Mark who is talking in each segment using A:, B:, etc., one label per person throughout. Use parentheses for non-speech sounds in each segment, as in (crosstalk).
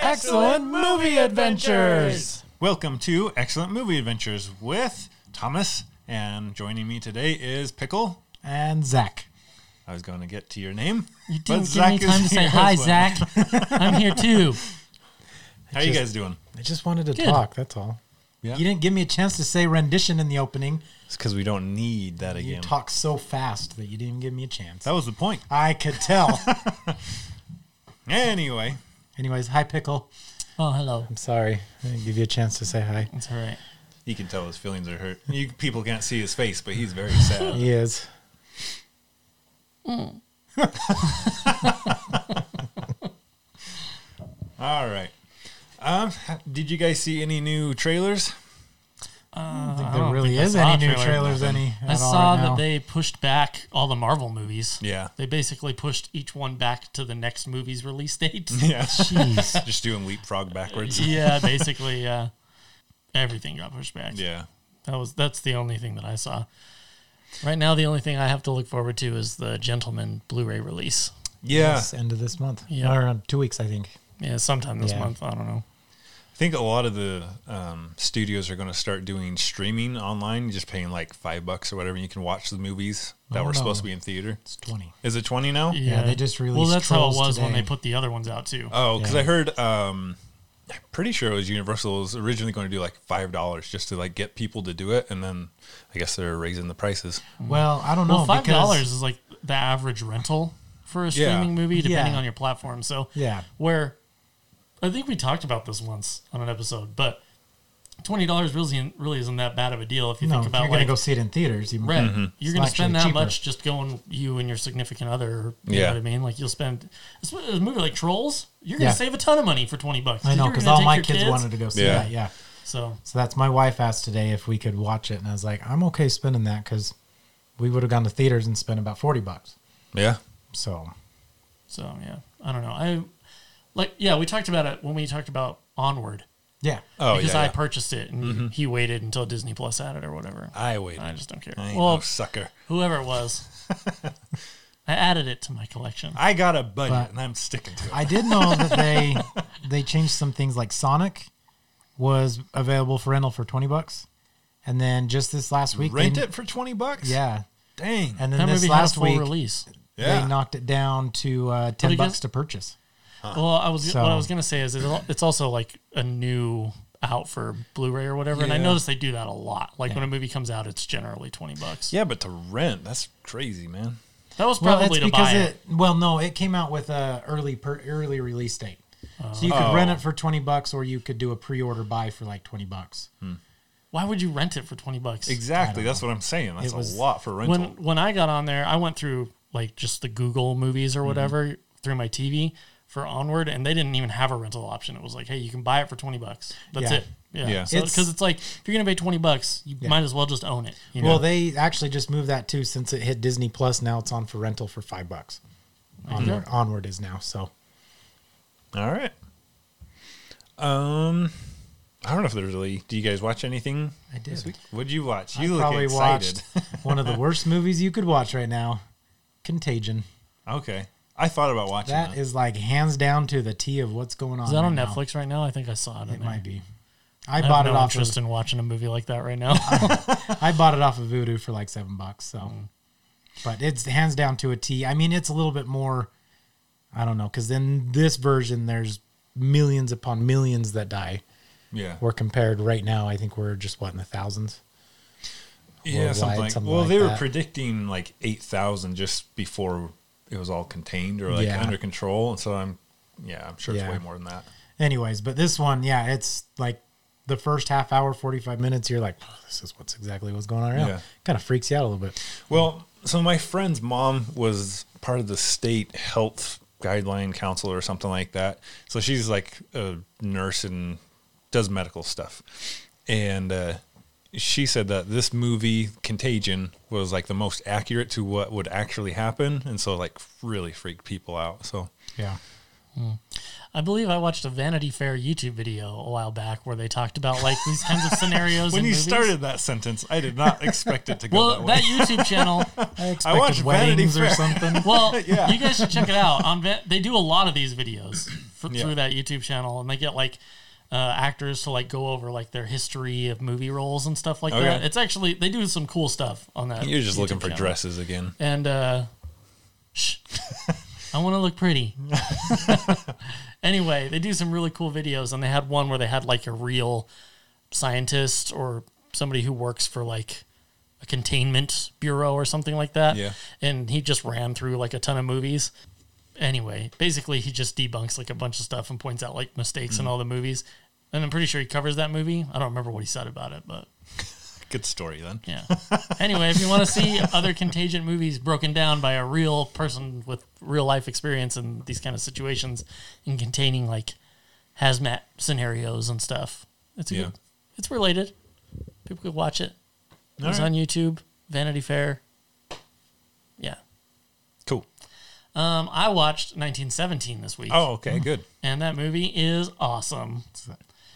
A: Excellent Movie Adventures!
B: Welcome to Excellent Movie Adventures with Thomas, and joining me today is Pickle.
A: And Zach.
B: I was going to get to your name.
C: You
B: But
C: didn't give
B: Zach
C: me
B: is
C: time to say
B: here
C: hi,
B: as well."
C: Zach.
A: (laughs)
C: I'm here too.
B: How you guys doing?
A: I just wanted to
C: Good.
A: talk, that's all.
B: Yeah.
A: You didn't give me a chance to say rendition in the opening.
B: It's because we don't need that
A: You
B: again.
A: talked so fast that you didn't even give me a chance.
B: That was the point.
A: I could tell.
B: Anyway,
A: Anyways, hi, Pickle.
C: Oh, hello.
A: I'm sorry. I didn't give you a chance to say hi.
C: It's all right.
B: you can tell his feelings are hurt. You people can't see his face, but he's very
C: (laughs)
B: sad.
A: He is.
B: All right. Um, ha- did you guys see any new trailers?
A: I don't think
C: Uh, I
A: there
C: don't
A: really
C: think I
A: is any
C: saw a
A: new
C: trailer.
A: trailers any at
C: I
A: all
C: saw
A: right now.
C: that they pushed back all the Marvel movies.
B: Yeah.
C: They basically pushed each one back to the next movie's
A: (laughs)
C: release date.
B: (laughs)
C: (laughs)
B: Yeah. (laughs)
A: Jeez.
B: Just doing leapfrog backwards.
A: (laughs)
C: yeah, basically, yeah. Everything got pushed back.
B: Yeah.
C: That was that's the only thing that I saw. Right now, the only thing I have to look forward to is the Gentleman Blu-ray release.
B: Yeah.
A: It's end of this month.
C: Yeah.
A: Or uh, two weeks, I think.
C: Yeah, sometime this
A: Yeah.
C: month. I don't know.
B: I think a lot of the um, studios are going to start doing streaming online, just paying like five bucks or whatever. and You can watch the movies that
A: Oh,
B: were
A: no.
B: supposed to be in theater.
A: It's 20.
B: Is it 20 now?
A: Yeah, they just
C: Well,
A: released
C: that's how it
A: Trolls
C: was when
A: today.
C: they put the other ones out too.
B: Oh, because
A: Yeah.
B: I heard, um, I'm pretty sure it was Universal was originally going to do like $5 just to like get people to do it. And then I guess they're raising the prices.
A: Well, I don't know.
C: Well, five
A: because-
C: dollars is like the average rental for a
B: Yeah.
C: streaming movie, depending
A: Yeah.
C: on your platform. So
A: Yeah.
C: where I think we talked about this once on an episode, but twenty dollars really really isn't that bad of a deal if you
A: No, if
C: think
A: you're
C: about
A: going to
C: like
A: go see it in theaters. You,
C: rent.
A: It's
C: You're going to
A: actually
C: spend that
A: cheaper.
C: much just going you and your significant other. or- You
B: Yeah.
C: know what I mean? Like you'll spend it's a movie like Trolls. You're going
A: Yeah.
C: to save a ton of money for twenty bucks.
A: I know
C: You're
A: because
C: gonna
A: all
C: take
A: my
C: your
A: kids, wanted to go see
B: Yeah.
A: that. Yeah.
C: So
A: So that's my wife asked today if we could watch it, and I was like, I'm okay spending that because we would have gone to theaters and spent about forty bucks.
B: Yeah.
A: So
C: so yeah, I don't know. I like yeah, we talked about it when we talked about Onward.
A: yeah,
B: Oh,
C: because
B: yeah.
C: I
B: yeah.
C: purchased it and he waited until Disney Plus had it or whatever. I,
B: I waited. I,
C: just don't care.
B: ain't
C: well,
B: no sucker.
C: whoever it was, I added it to my collection.
B: I got a budget
A: But-
B: and I'm sticking to it.
A: I did know that
C: (laughs)
A: they they changed some things like Sonic was available for rental for twenty bucks, and then just this last week, they-
B: Rent it for 20 bucks?
A: Yeah,
B: Dang.
A: and then
C: that
A: this
C: movie had a
A: last
C: full
A: week
C: release.
B: Yeah.
A: they knocked it down to uh, ten
C: it
A: bucks
C: gets-
A: to purchase.
C: Well, I was
A: So-
C: what I was gonna say is it's al- it's also like a new out for Blu-ray or whatever, and I
B: Yeah.
C: noticed they do that a lot. Like when a movie comes out, it's generally twenty bucks.
B: yeah, but to rent, that's crazy, man.
C: that was
A: Well,
C: probably
A: that's
C: to buy
A: because
C: it.
A: it. Well, no, it came out with a early per, early release date, so you could
B: Oh.
A: rent it for twenty bucks, or you could do a pre order buy for like twenty bucks.
C: Hmm. Why would you rent it for twenty bucks?
B: Exactly. That's what I'm saying. That's
A: was-
B: a lot for rental.
C: when when I got on there, I went through like just the Google movies or whatever through my TV for Onward, and they didn't even have a rental option. It was like, hey, you can buy it for twenty bucks. That's
A: Yeah.
C: it. Yeah.
B: Yeah.
C: So
A: It's-
C: because it's, like if you're gonna pay twenty bucks, you might as well just own it. You know?
A: Well, they actually just moved that too since it hit Disney Plus. Now it's on for rental for five bucks.
C: Hmm.
A: Onward, onward is now. So
B: All right. Um, I don't know if there's really. Do you guys watch anything?
A: I did.
B: This week? What'd you watch?
A: I
B: You look
A: probably
B: excited.
A: watched (laughs) one of the worst movies you could watch right now, Contagion.
B: okay, I thought about watching that.
A: That is like hands down to the T of what's going on.
C: is that on
A: right now.
C: Netflix right now? I think I saw it. on
A: It
C: there.
A: might be. I,
C: I,
A: bought
C: have
A: it
C: no
A: off. Of,
C: interest in watching a movie like that right now.
A: I bought it off of Voodoo for like seven bucks. So, but it's hands down to a T. I mean, it's a little bit more. I don't know because in this version, there's millions upon millions that die.
B: yeah,
A: We're compared right now. I think we're just what in the thousands.
B: yeah, something
A: worldwide,
B: like.
A: something
B: well,
A: like
B: they were
A: that.
B: predicting like eight thousand just before it was all contained or like
A: Yeah.
B: under control, and so I'm. Yeah, I'm sure
A: Yeah.
B: it's way more than that.
A: Anyways, but this one, yeah, it's like the first half hour, forty five minutes. You're like, "Oh, this is what's exactly what's going on right now.
B: Yeah.
A: Kind of freaks you out a little bit.
B: Well, so my friend's mom was part of the state health guideline council or something like that. So she's like a nurse and does medical stuff. And uh, she said that this movie, Contagion, was like the most accurate to what would actually happen. And so, like, really freaked people out. So,
A: Yeah,
C: I believe I watched a Vanity Fair YouTube video a while back where they talked about like these kinds of scenarios.
B: when
C: in
B: you
C: movies.
B: started that sentence, I did not expect it to go
C: well,
B: that way.
C: that YouTube channel
A: I expected
B: I watched Vanity
A: weddings
C: (laughs)
B: Fair. (laughs)
A: or something.
C: Um, Well, you guys should check it out. On Ven- they do a lot of these videos for f-
B: Yeah.
C: through that YouTube channel, and they get like uh, actors to like go over like their history of movie roles and stuff like
B: Okay.
C: that. It's actually they do some cool stuff on that.
B: Oh, You're just
C: YouTube
B: looking for
C: channel.
B: dresses again.
C: And uh, shh, (laughs) I want to look pretty. (laughs) anyway, they do some really cool videos, and they had one where they had like a real scientist or somebody who works for like a containment bureau or something like that.
B: Yeah.
C: And he just ran through like a ton of movies. Anyway, basically, he just debunks like a bunch of stuff and points out like mistakes in all the movies. And I'm pretty sure he covers that movie. I don't remember what he said about it, but
B: Good story then.
C: yeah. Anyway, if you want to see other Contagion movies broken down by a real person with real life experience in these kind of situations and containing like hazmat scenarios and stuff, it's a
B: Yeah.
C: good. It's related. People could watch it. It
B: All
C: was
B: right.
C: on YouTube, Vanity Fair. Yeah.
B: Cool.
C: Um, I watched 1917 this week,
B: Oh, okay, good.
C: and that movie is awesome.
A: It's uh,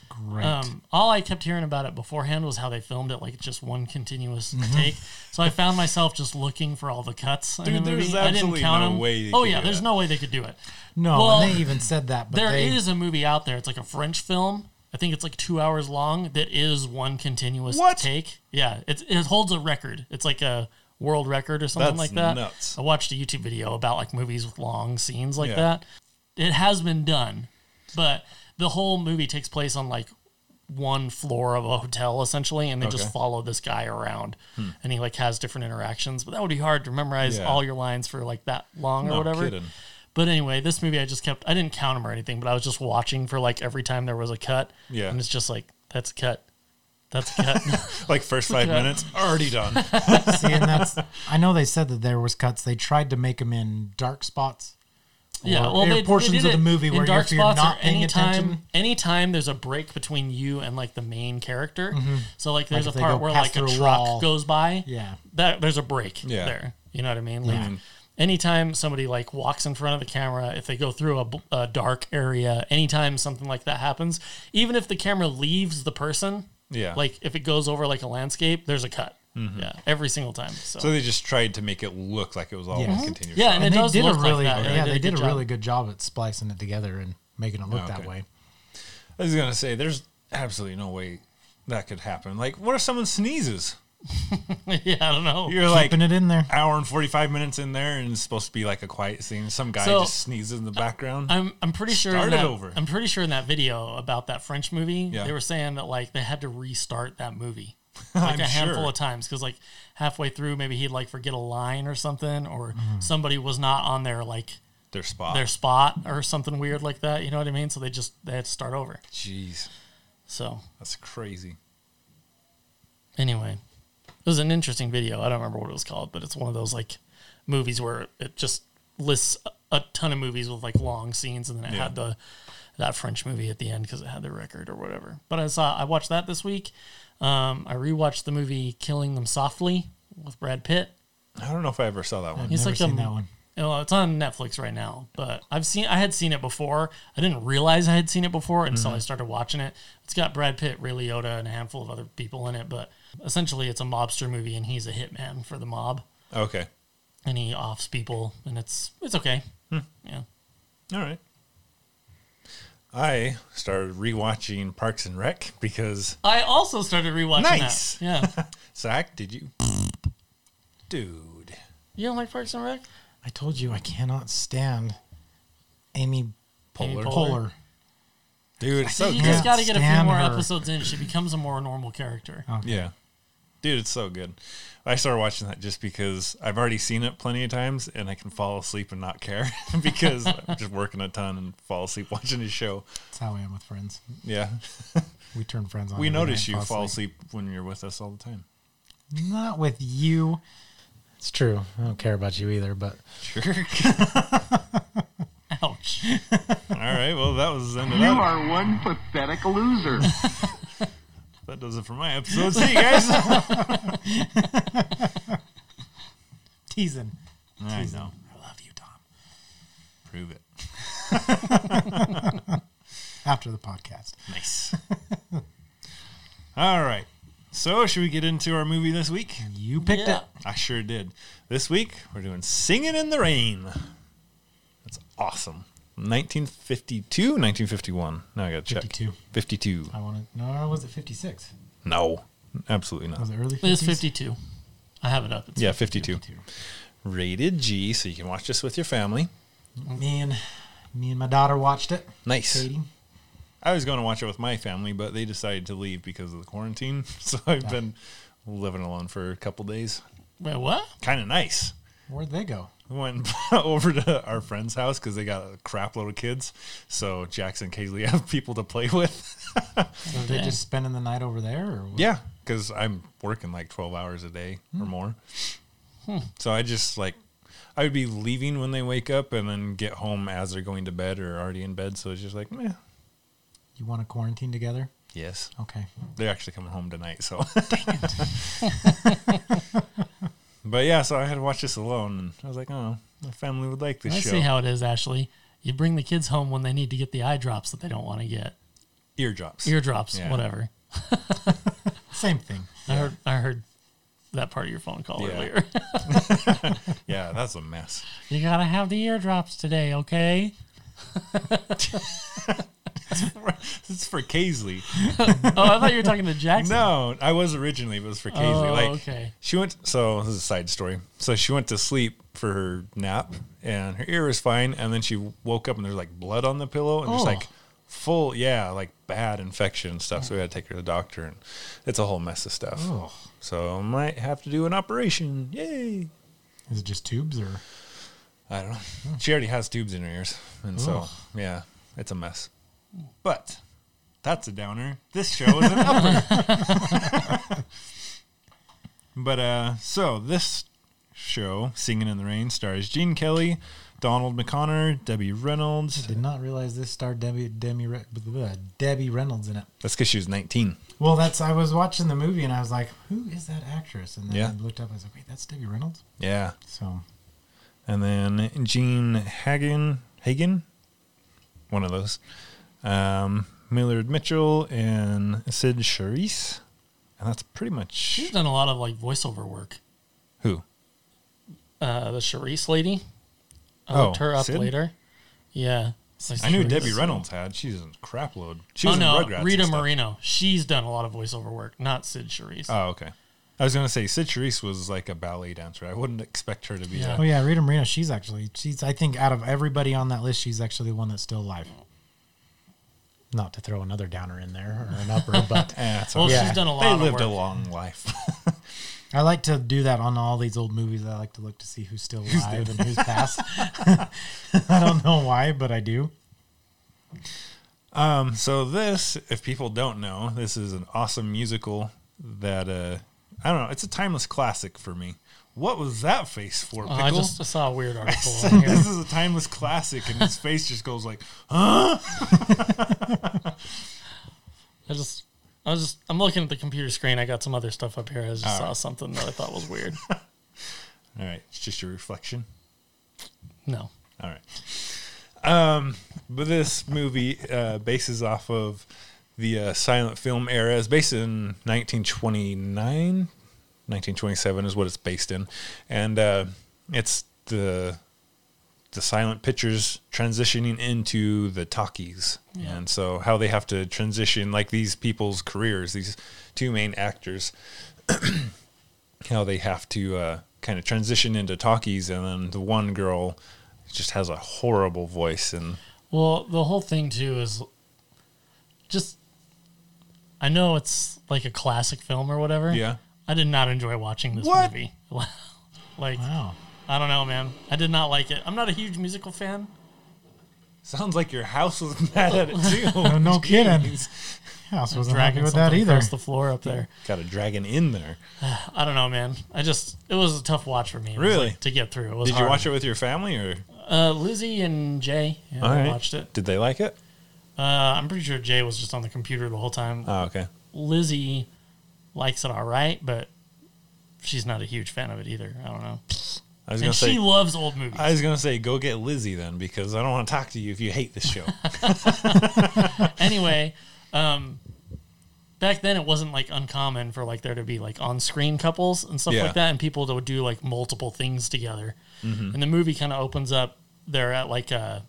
A: great.
C: Um, all I kept hearing about it beforehand was how they filmed it, like just one continuous
B: Mm-hmm.
C: take. So I found myself just looking for all the cuts. in
B: Dude,
C: the
B: there's
C: movie. I didn't
B: absolutely
C: count
B: no
C: them.
B: way they
C: oh
B: could
C: yeah,
B: do
C: there's
B: that.
C: no way they could do it.
A: no,
C: well,
A: and they even said that. But
C: There is
A: they,
C: a movie out there. It's like a French film. I think it's like two hours long. That is one continuous
B: What?
C: take. Yeah, it's, it holds a record. It's like a world record or something
B: That's
C: like that.
B: nuts.
C: I watched a YouTube video about like movies with long scenes like
B: Yeah.
C: that. It has been done, but the whole movie takes place on like one floor of a hotel essentially, and they just
B: Okay. Hmm.
C: follow this guy around, and he like has different interactions. But that would be hard to memorize
B: Yeah.
C: all your lines for like that long or
B: No
C: whatever.
B: kidding.
C: But anyway, this movie I just kept I didn't count them or anything, but I was just watching for like every time there was a cut.
B: Yeah.
C: And it's just like that's a cut. That's
A: (laughs)
C: a cut. (laughs)
B: Like first five
C: at that.
B: minutes, already done.
A: See, and that's I know they said that there was cuts. They tried to make them in dark spots.
C: yeah.
A: Or
C: Well, they,
A: portions
C: they did
A: of the
C: it
A: movie
C: in
A: where
C: dark
A: if you're
C: spots or
A: not paying
C: anytime,
A: attention-
C: Anytime there's a break between you and like the main character. So like
A: Mm-hmm. Like if
C: there's a
A: they go
C: part where
A: past
C: like a
A: through a
C: truck
A: wall.
C: goes by.
A: Yeah,
C: That there's a break
B: Yeah. Mm-hmm.
C: there. You know what I mean? Like
A: Yeah.
C: anytime somebody like walks in front of the camera, if they go through a, bl- a dark area, anytime something like that happens, even if the camera leaves the person,
B: Yeah. Mm-hmm.
C: like if it goes over like a landscape, there's a cut. Yeah, every single time. So,
B: so they just tried to make it look like it was all
A: Yeah.
B: one
A: Mhm.
B: continuous.
C: yeah, and,
A: and,
C: it
A: they
C: does
A: did a
C: look
A: really
C: like that. and
A: yeah they did a
C: good
A: really
C: job.
A: good job at splicing it together and making it look that
B: Okay.
A: way.
B: I was gonna say, there's absolutely no way that could happen. Like, what if someone sneezes?
C: (laughs) yeah, I don't know.
B: You're like
A: Keeping it in there.
B: hour and forty five minutes in there, and it's supposed to be like a quiet scene. Some guy
C: So- uh,
B: just sneezes in the background.
C: I'm I'm pretty sure in
B: Start it
C: that,
B: over.
C: I'm pretty sure in that video about that French movie,
B: Yeah.
C: they were saying that like they had to restart
B: (laughs)
C: that movie like
B: I'm
C: a handful
B: sure.
C: of times because like halfway through maybe he'd like forget a line or something or
B: Mm-hmm.
C: somebody was not on their like
B: their spot.
C: their spot or something weird like that. You know what I mean? So they just they had to start over.
B: Jeez,
C: So
B: that's crazy.
C: anyway, it was an interesting video. I don't remember what it was called, but it's one of those like movies where it just lists a- a ton of movies with like long scenes, and then it
B: Yeah.
C: had the that French movie at the end because it had the record or whatever. But I saw I watched that this week. Um, I rewatched the movie Killing Them Softly with Brad Pitt.
B: I don't know if I ever saw that one.
C: He's
A: Never
C: like
A: seen
C: a-
A: that one.
C: Well, it's on Netflix right now, but I've seen I had seen it before. I didn't realize I had seen it before until
A: Mm-hmm.
C: I started watching it. It's got Brad Pitt, Ray Liotta, and a handful of other people in it, but essentially it's a mobster movie and he's a hitman for the mob
B: Okay,
C: and he offs people and it's it's okay.
A: Hmm.
C: Yeah.
B: all right. I started rewatching Parks and Rec because
C: I also started rewatching
B: Nice.
C: that.
A: (laughs)
C: Yeah.
B: Zach, did you, dude?
C: you don't like Parks and Rec?
A: I told you I cannot stand Amy
C: Amy
A: Poehler.
C: Poehler.
A: Poehler.
B: Dude, it's so
C: you
B: good.
C: just
A: can't
C: got to get a few
A: stand
C: more
A: her.
C: episodes in. She becomes a more normal character.
A: Oh.
B: Yeah. Dude, it's so good. I started watching that just because I've already seen it plenty of times and I can fall asleep and not care (laughs) because (laughs) I'm just working a ton and fall asleep (laughs) watching his show.
A: That's how I am with friends.
B: Yeah.
A: We turn friends on.
B: We
A: every night
B: notice
A: and
B: you fall asleep when you're with us all the time.
A: Not with you. It's true. I don't care about you either, but
B: (laughs) Sure.
C: Ouch.
B: all right. Well, that was the end of
D: You
B: that.
D: are one pathetic loser.
B: That does it for my episode. See you guys. (laughs)
A: teasing.
B: I know.
A: I love you, Tom.
B: Prove it.
A: After the podcast.
B: Nice. (laughs) all right. So, should we get into our movie this week?
A: You picked
C: Yeah.
A: it.
B: I sure did. This week we're doing "Singing in the Rain." That's awesome. 1952, 1951. Now I got to check.
A: 52.
B: 52.
A: I wanted. No, was it 56?
B: No, absolutely not.
A: Was it early 50s?
C: It's 52. I have it up. It's
B: Yeah, 52. Rated G, so you can watch this with your family.
A: Me and me and my daughter watched it.
B: Nice.
A: Katie.
B: I was going to watch it with my family, but they decided to leave because of the quarantine. (laughs) So I've been living alone for a couple days.
C: Wait, what?
B: Kind of nice.
A: Where'd they go?
B: We went (laughs) over to our friend's house because they got a crap load of kids. So Jackson and Kaylee (laughs) have people to play with. (laughs)
A: Were they
C: Okay.
A: just spending the night over there? Or what?
B: yeah, because I'm working like 12 hours a day
C: Hmm.
B: or more. So I just like, I would be leaving when they wake up and then get home as they're going to bed or already in bed. So it's just like, meh.
A: You want to quarantine together?
B: Yes.
A: Okay.
B: They're actually coming home tonight, so. (laughs) but yeah, so I had to watch this alone, and I was like, oh, my family would like this
C: I
B: show.
C: see how it is, Ashley. You bring the kids home when they need to get the eye drops that they don't want to get.
B: Eardrops.
C: Eardrops,
B: Yeah.
C: whatever.
A: Same thing.
C: I heard I heard that part of your phone call
B: Yeah.
C: earlier. (laughs)
B: yeah, that's a mess.
C: you gotta have the eardrops today, okay?
B: (laughs) It's for Casely.
C: Oh, I thought you were talking to Jackson.
B: No, I was originally, but it was for Casey.
C: Oh,
B: like,
C: okay.
B: she went. So this is a side story. So she went to sleep for her nap, and her ear was fine. And then she woke up, and there's like blood on the pillow, and
A: Oh.
B: there's like full, yeah, like bad infection and stuff. So we had to take her to the doctor, and it's a whole mess of stuff.
A: Oh.
B: So I might have to do an operation. Yay!
A: Is it just tubes or?
B: I don't know. She already has tubes in her ears, and so yeah, it's a mess. But that's a downer. This show is an upper. (laughs) but uh, so this show, Singing in the Rain, stars Gene Kelly, Donald McConnor, Debbie Reynolds.
A: Did not realize this starred Debbie Demi, Re- blah, blah, Debbie Reynolds in it.
B: That's because she was 19.
A: Well, that's I was watching the movie and I was like, "Who is that actress?" And then
B: Yeah.
A: I looked up. I was like, "Wait, that's Debbie Reynolds."
B: Yeah,
A: So
B: and then Gene Hagen, Hagen, one of those, um, Millard Mitchell, and Sid Charisse. And that's pretty much
C: She's done a lot of like voiceover work.
B: who.
C: Uh, the Charisse lady. I
B: Oh,
C: looked her up
B: Sid?
C: later. Yeah. It's like
B: I knew
C: Charisse.
B: Debbie Reynolds had. She's in crap load. She
C: Oh
B: was
C: no,
B: in Rugrats. and
C: Rita
B: stuff.
C: Moreno. She's done a lot of voiceover work, not Sid Charisse.
B: Oh, okay. I was gonna say Sid Charisse was like a ballet dancer. I wouldn't expect her to be.
C: Yeah.
B: Yeah.
A: Oh yeah, Rita Moreno. She's actually she's I think out of everybody on that list, she's actually the one that's still alive. Not to throw another downer in there or an upper, but
C: well,
A: Yeah.
C: she's done a lot.
B: They
C: of
B: lived
C: work.
B: a long life.
A: I like to do that on all these old movies. I like to look to see who's still alive and who's passed. (laughs) I don't know why, but I do.
B: um, so this, if people don't know, this is an awesome musical that uh, I don't know. It's a timeless classic for me. What was that face for?
C: Oh,
B: Pickle? (laughs)
C: I just saw a weird article
B: said,
C: on here.
B: this is a timeless classic, and his face just goes like,
C: I just, I was just, I'm looking at the computer screen. I got some other stuff up here. I just saw something that I thought
B: (laughs)
C: was weird.
B: "All right, it's just your reflection."
C: No,
B: All right. Um, but this movie uh, bases off of the uh, silent film era. It's based in 1929, 1927 is what it's based in, and uh, it's the the silent pictures transitioning into the talkies and so how they have to transition like these people's careers these two main actors how they have to uh, kind of transition into talkies and then the one girl just has a horrible voice and
C: well, the whole thing too is just. I know it's like a classic film or whatever.
B: yeah
C: I did not enjoy watching this
B: What?
C: movie. (laughs) like,
A: Wow.
C: I don't know, man. I did not like it. I'm not a huge musical fan.
B: sounds like your house was (laughs) mad at it too
C: (laughs)
A: No, no kidding.
B: Jeez.
A: Yeah, so wasn't happy
C: Dragging
A: with that
C: something
A: either.
C: across the floor up there.
B: got a dragon in there
C: I don't know, man. I just it was a tough watch for me. It was,
B: Really?
C: like, to get through. It was
B: did you watch it with your family or
C: Uh, Lizzie and Jay. Yeah,
B: All
C: I
B: right.
C: watched it.
B: did they like it
C: Uh, I'm pretty sure Jay was just on the computer the whole time.
B: oh okay
C: Lizzie likes it all right, but she's not a huge fan of it either. I don't know.
B: i was gonna
C: And
B: say
C: she loves old movies.
B: I was gonna say go get Lizzie then because I don't want to talk to you if you hate this
C: (laughs)
B: show. (laughs)
C: anyway, um, back then it wasn't like uncommon for like there to be like on-screen couples and stuff
B: Yeah.
C: like that, and people that would do like
B: Mm-hmm.
C: multiple things together. And the movie kind of opens up. They're at like a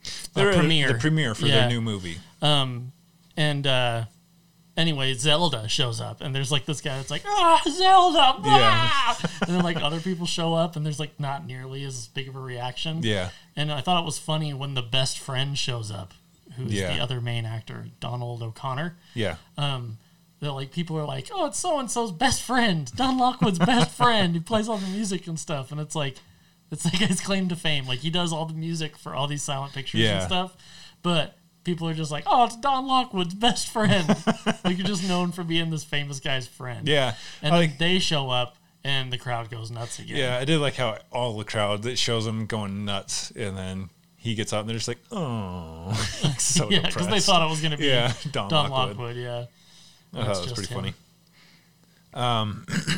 C: the
B: They're-
C: premiere.
B: The premiere for
C: Yeah.
B: their new movie.
C: Um, and uh, anyway, Zelda shows up, and there's like this guy that's like, ah, Zelda, ah! and then like other people show up, and there's like not nearly as big of a reaction.
B: Yeah.
C: And I thought it was funny when the best friend shows up, who's
B: Yeah.
C: the other main actor, Donald O'Connor.
B: Yeah.
C: Um, that like people are like, oh, it's so and so's best friend, Don Lockwood's best friend, who plays all the music and stuff, and it's like, it's like his claim to fame. Like he does all the music for all these silent pictures and
B: Yeah.
C: stuff, but people are just like, oh, it's Don Lockwood's best
B: (laughs)
C: friend. like you're just known for being this famous guy's friend.
B: yeah.
C: And
B: I
C: then
B: like,
C: they show up, and the crowd goes nuts again.
B: yeah, I did like how all the crowd that shows him going nuts and then he gets out and they're just like, oh, (laughs) so
C: (laughs) (laughs) yeah,
B: depressed.
C: because they thought it was going to be (laughs)
B: Yeah,
C: Don,
B: Don
C: Lockwood.
B: Lockwood.
C: Yeah,
B: I thought
C: It's
B: that was
C: just
B: pretty
C: him.
B: funny. Um, (clears throat)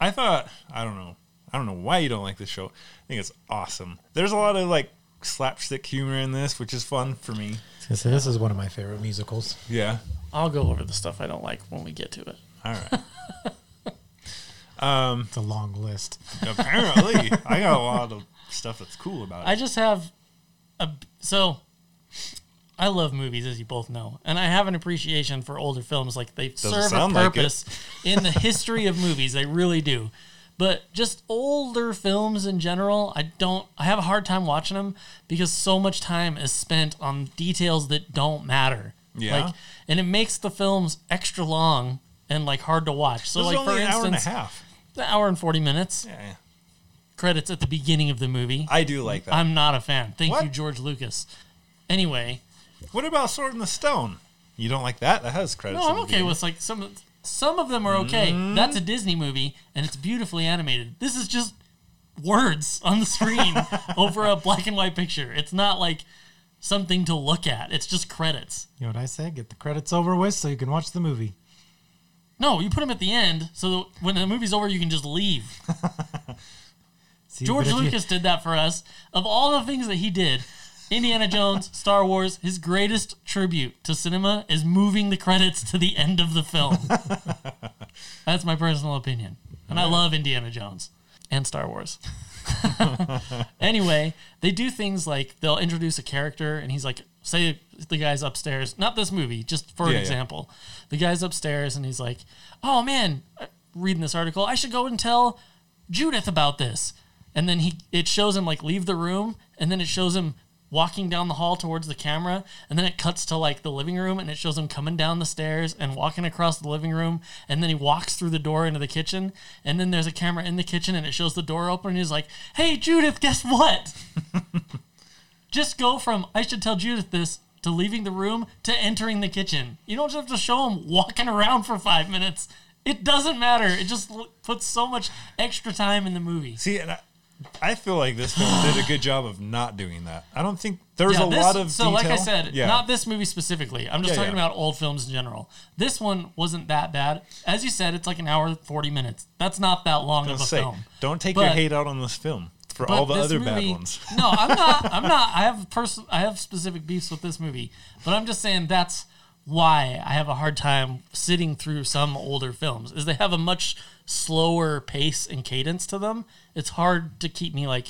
B: I thought I don't know, I don't know why you don't like this show. I think it's awesome. There's a lot of like slapstick humor in this, which is fun for me.
A: So this is one of my favorite musicals.
B: Yeah.
C: I'll go over the stuff I don't like when we get to it.
B: All right.
C: (laughs)
A: It's a long list.
B: Apparently, I got a lot of stuff that's cool about it.
C: I just have a so I love movies, as you both know, and I have an appreciation for older films. Like they serve a
B: sound like it.
C: purpose in the history of movies. They really do. But just older films in general, I don't. I have a hard time watching them because so much time is spent on details that don't matter.
B: Yeah.
C: Like, and it makes the films extra long and like hard to watch. So
B: This is
C: like for
B: only an
C: instance,
B: hour and a half.
C: an hour and forty minutes
B: Yeah,
C: credits at the beginning of the movie.
B: I do like that.
C: I'm not a fan. Thank
B: What?
C: you, George Lucas. Anyway,
B: what about Sword in the Stone? You don't like that? That has credits.
C: no,
B: in
C: I'm
B: the
C: okay with like some of- some of them are okay. That's a Disney movie and it's beautifully animated. This is just words (laughs) on the screen over a black and white picture. It's not like something to look at. It's just credits.
A: You know what I say? Get the credits over with so you can watch the movie.
C: No, you put them at the end so that when the movie's over, you can just leave.
A: See,
C: George
A: but if you-
C: Lucas did that for us. Of all the things that he did, Indiana Jones, (laughs) Star Wars, his greatest tribute to cinema is moving the credits to the end of
B: (laughs)
C: the film. That's my personal opinion. And I love Indiana Jones and Star Wars. (laughs) anyway, they do things like they'll introduce a character and he's like, say the guy's upstairs, not this movie, just for an
B: Yeah, yeah.
C: example. The guy's upstairs and he's like, oh man, uh, reading this article, I should go and tell Judith about this. And then he it shows him like leave the room and then it shows him walking down the hall towards the camera and then it cuts to like the living room and it shows him coming down the stairs and walking across the living room and then he walks through the door into the kitchen and then there's a camera in the kitchen and it shows the door open and he's like, "Hey Judith, guess what?" Just go from I should tell Judith this to leaving the room to entering the kitchen. You don't just have to show him walking (laughs) around for 5 minutes. It doesn't matter. It just l- puts so much extra time in the movie.
B: See, and I, I feel like this film did a good job of not doing that. I don't think there's
C: Yeah,
B: a
C: this-
B: lot of
C: so
B: detail.
C: like I said,
B: yeah,
C: not this movie specifically. I'm just
B: Yeah,
C: talking
B: yeah.
C: about old films in general. This one wasn't that bad. As you said, it's like an hour and forty minutes. That's not that long
B: I
C: of
B: was
C: a
B: gonna say,
C: film.
B: don't take your
C: But-
B: hate out on this film for
C: But
B: all the
C: this
B: other bad
C: movie-
B: ones.
C: (laughs) no, I'm not. I'm not. I have person. I have specific beefs with this movie, but I'm just saying that's why I have a hard time sitting through some older films. Is they have a much slower pace and cadence to them. It's hard to keep me like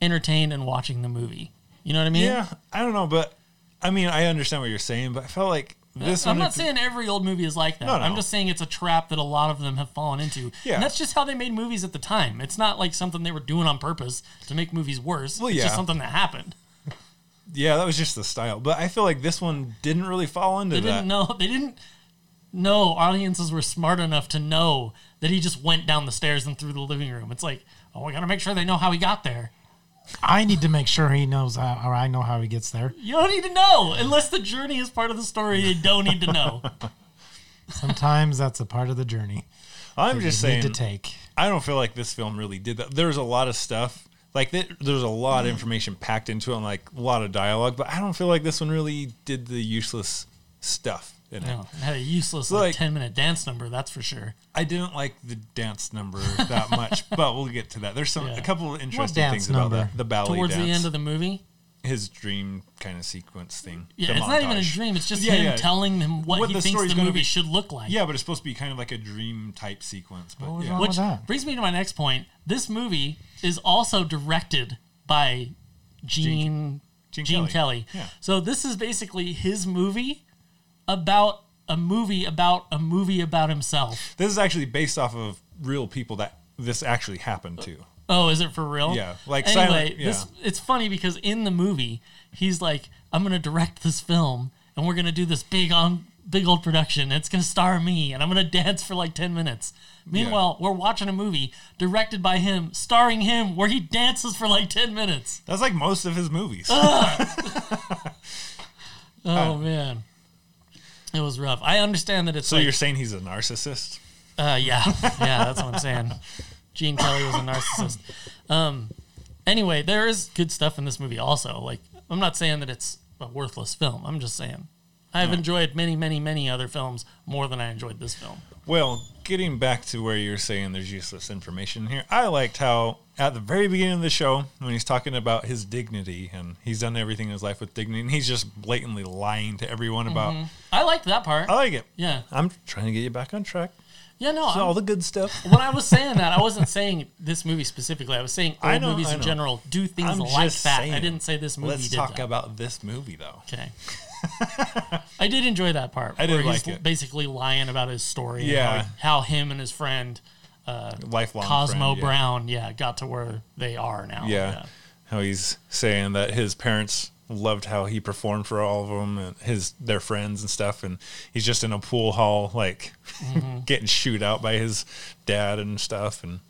C: entertained and watching the movie. You know what I mean?
B: Yeah, I don't know, but I mean, I understand what you're saying, but I felt like this
C: I'm
B: one.
C: not saying every old movie is like that.
B: No, no.
C: I'm just saying it's a trap that a lot of them have fallen into.
B: Yeah.
C: And that's just how they made movies at the time. It's not like something they were doing on purpose to make movies worse.
B: Well,
C: It's just
B: yeah.
C: something that happened.
B: yeah, that was just the style, but I feel like this one didn't really fall into
C: They
B: that.
C: didn't know they didn't know audiences were smart enough to know that he just went down the stairs and through the living room. It's like, oh, we gotta make sure they know how he got there.
A: I need to make sure he knows, how, or I know how he gets there.
C: You don't need to know unless the journey is part of the story. You don't need
B: (laughs)
C: to know.
A: Sometimes that's a part of the journey.
B: I'm
A: that
B: just
A: you
B: saying,
A: need to take.
B: I don't feel like this film really did that. There's a lot of stuff. Like th- there's a lot of
C: Mm.
B: information packed into it, and like a lot of dialogue, but I don't feel like this one really did the useless stuff in it.
C: no, it had a useless like,
B: Like-
C: ten minute dance number. That's for sure.
B: I didn't like the dance number that
C: (laughs)
B: much, but we'll get to that. There's some
C: Yeah.
B: a couple of interesting
A: dance
B: things
A: number?
B: about that. The ballet
C: Towards
B: dance,
C: the end of the movie.
B: his dream kind of sequence thing.
C: Yeah,
B: the
C: it's not even a
B: montage.
C: dream. It's just
B: Yeah,
C: him
B: yeah.
C: telling him what,
B: What
C: he
B: the
C: thinks
B: story's
C: the
B: gonna
C: movie
B: be.
C: should look like.
B: Yeah, but it's supposed to be kind of like a dream type sequence. But
A: was
B: yeah.
A: wrong with
C: Which
A: that?
C: brings me to my next point. This movie is also directed by Gene
B: Gene
C: Gene
B: Kelly.
C: Kelly.
B: Yeah.
C: So this is basically his movie about a movie about a movie about himself.
B: This is actually based off of real people that this actually happened to.
C: Oh, is it for real?
B: Yeah, like
C: anyway,
B: silent-
C: this it's funny because in the movie he's like, I'm gonna direct this film and we're gonna do this big on big old production. It's gonna star me and I'm gonna dance for like ten minutes. Meanwhile, we're watching a movie directed by him, starring him, where he dances for like ten minutes.
B: That's like most of his movies. Uh,
C: Oh man, it was rough. I understand that it's
B: so
C: like,
B: you're saying he's a narcissist?
C: Uh, yeah, (laughs) yeah, that's what I'm saying. Gene Kelly was a narcissist. Um, anyway, there is good stuff in this movie. Also, like I'm not saying that it's a worthless film. I'm just saying I've enjoyed many, many, many other films more than I enjoyed this film.
B: Well, getting back to where you're saying there's useless information here, I liked how at the very beginning of the show, when he's talking about his dignity and he's done everything in his life with dignity, and he's just blatantly lying to everyone about.
C: I liked that part.
B: I like it.
C: Mm-hmm. Yeah,
B: I'm trying to get you back on track.
C: yeah, no.
B: All
C: I'm,
B: the good stuff.
C: when I was saying that, I wasn't saying this movie specifically. I was saying
B: I
C: old
B: know,
C: movies
B: I
C: in
B: know.
C: general do things
B: I'm
C: like
B: just
C: that. I
B: saying.
C: didn't say this movie
B: Let's
C: did
B: talk
C: that.
B: about this movie though.
C: Okay. (laughs) I did enjoy that part.
B: I did
C: where he's
B: like it.
C: Basically lying about his story.
B: Yeah.
C: And how, how him and his friend
B: Lifelong
C: Cosmo
B: friend, yeah.
C: Brown, yeah, got to where they are now.
B: Yeah. How he's saying that his parents loved how he performed for all of them and his their friends and stuff and he's just in a pool hall like
C: Mm-hmm.
B: (laughs) getting chewed out by his dad and stuff and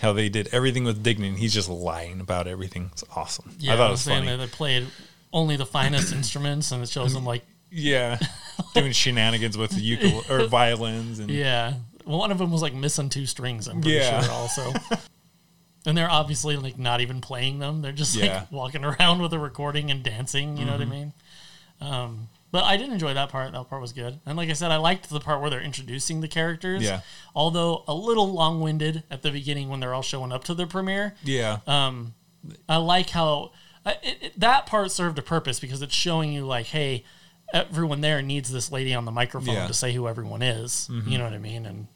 B: how they did everything with dignity and he's just lying about everything. It's awesome.
C: Yeah.
B: I thought it
C: I'm
B: was
C: saying
B: funny.
C: that they played only the finest instruments, and it shows them like, (laughs)
B: Yeah. Doing shenanigans with the ukule or violins and
C: yeah. Well, one of them was like missing two strings. I'm pretty
B: Yeah. (laughs)
C: sure also. and they're obviously like not even playing them. They're just
B: Yeah. Mm-hmm.
C: like walking around with a recording and dancing. You know what I mean? Um, but I did enjoy that part. That part was good. And like I said, I liked the part where they're introducing the characters.
B: Yeah.
C: Although a little long winded at the beginning when they're all showing up to the premiere.
B: yeah.
C: Uh, I like how I, it, it- that part served a purpose because it's showing you like, hey, everyone there needs this lady on the microphone
B: Yeah. Mm-hmm.
C: to say who everyone is. You know what I mean? And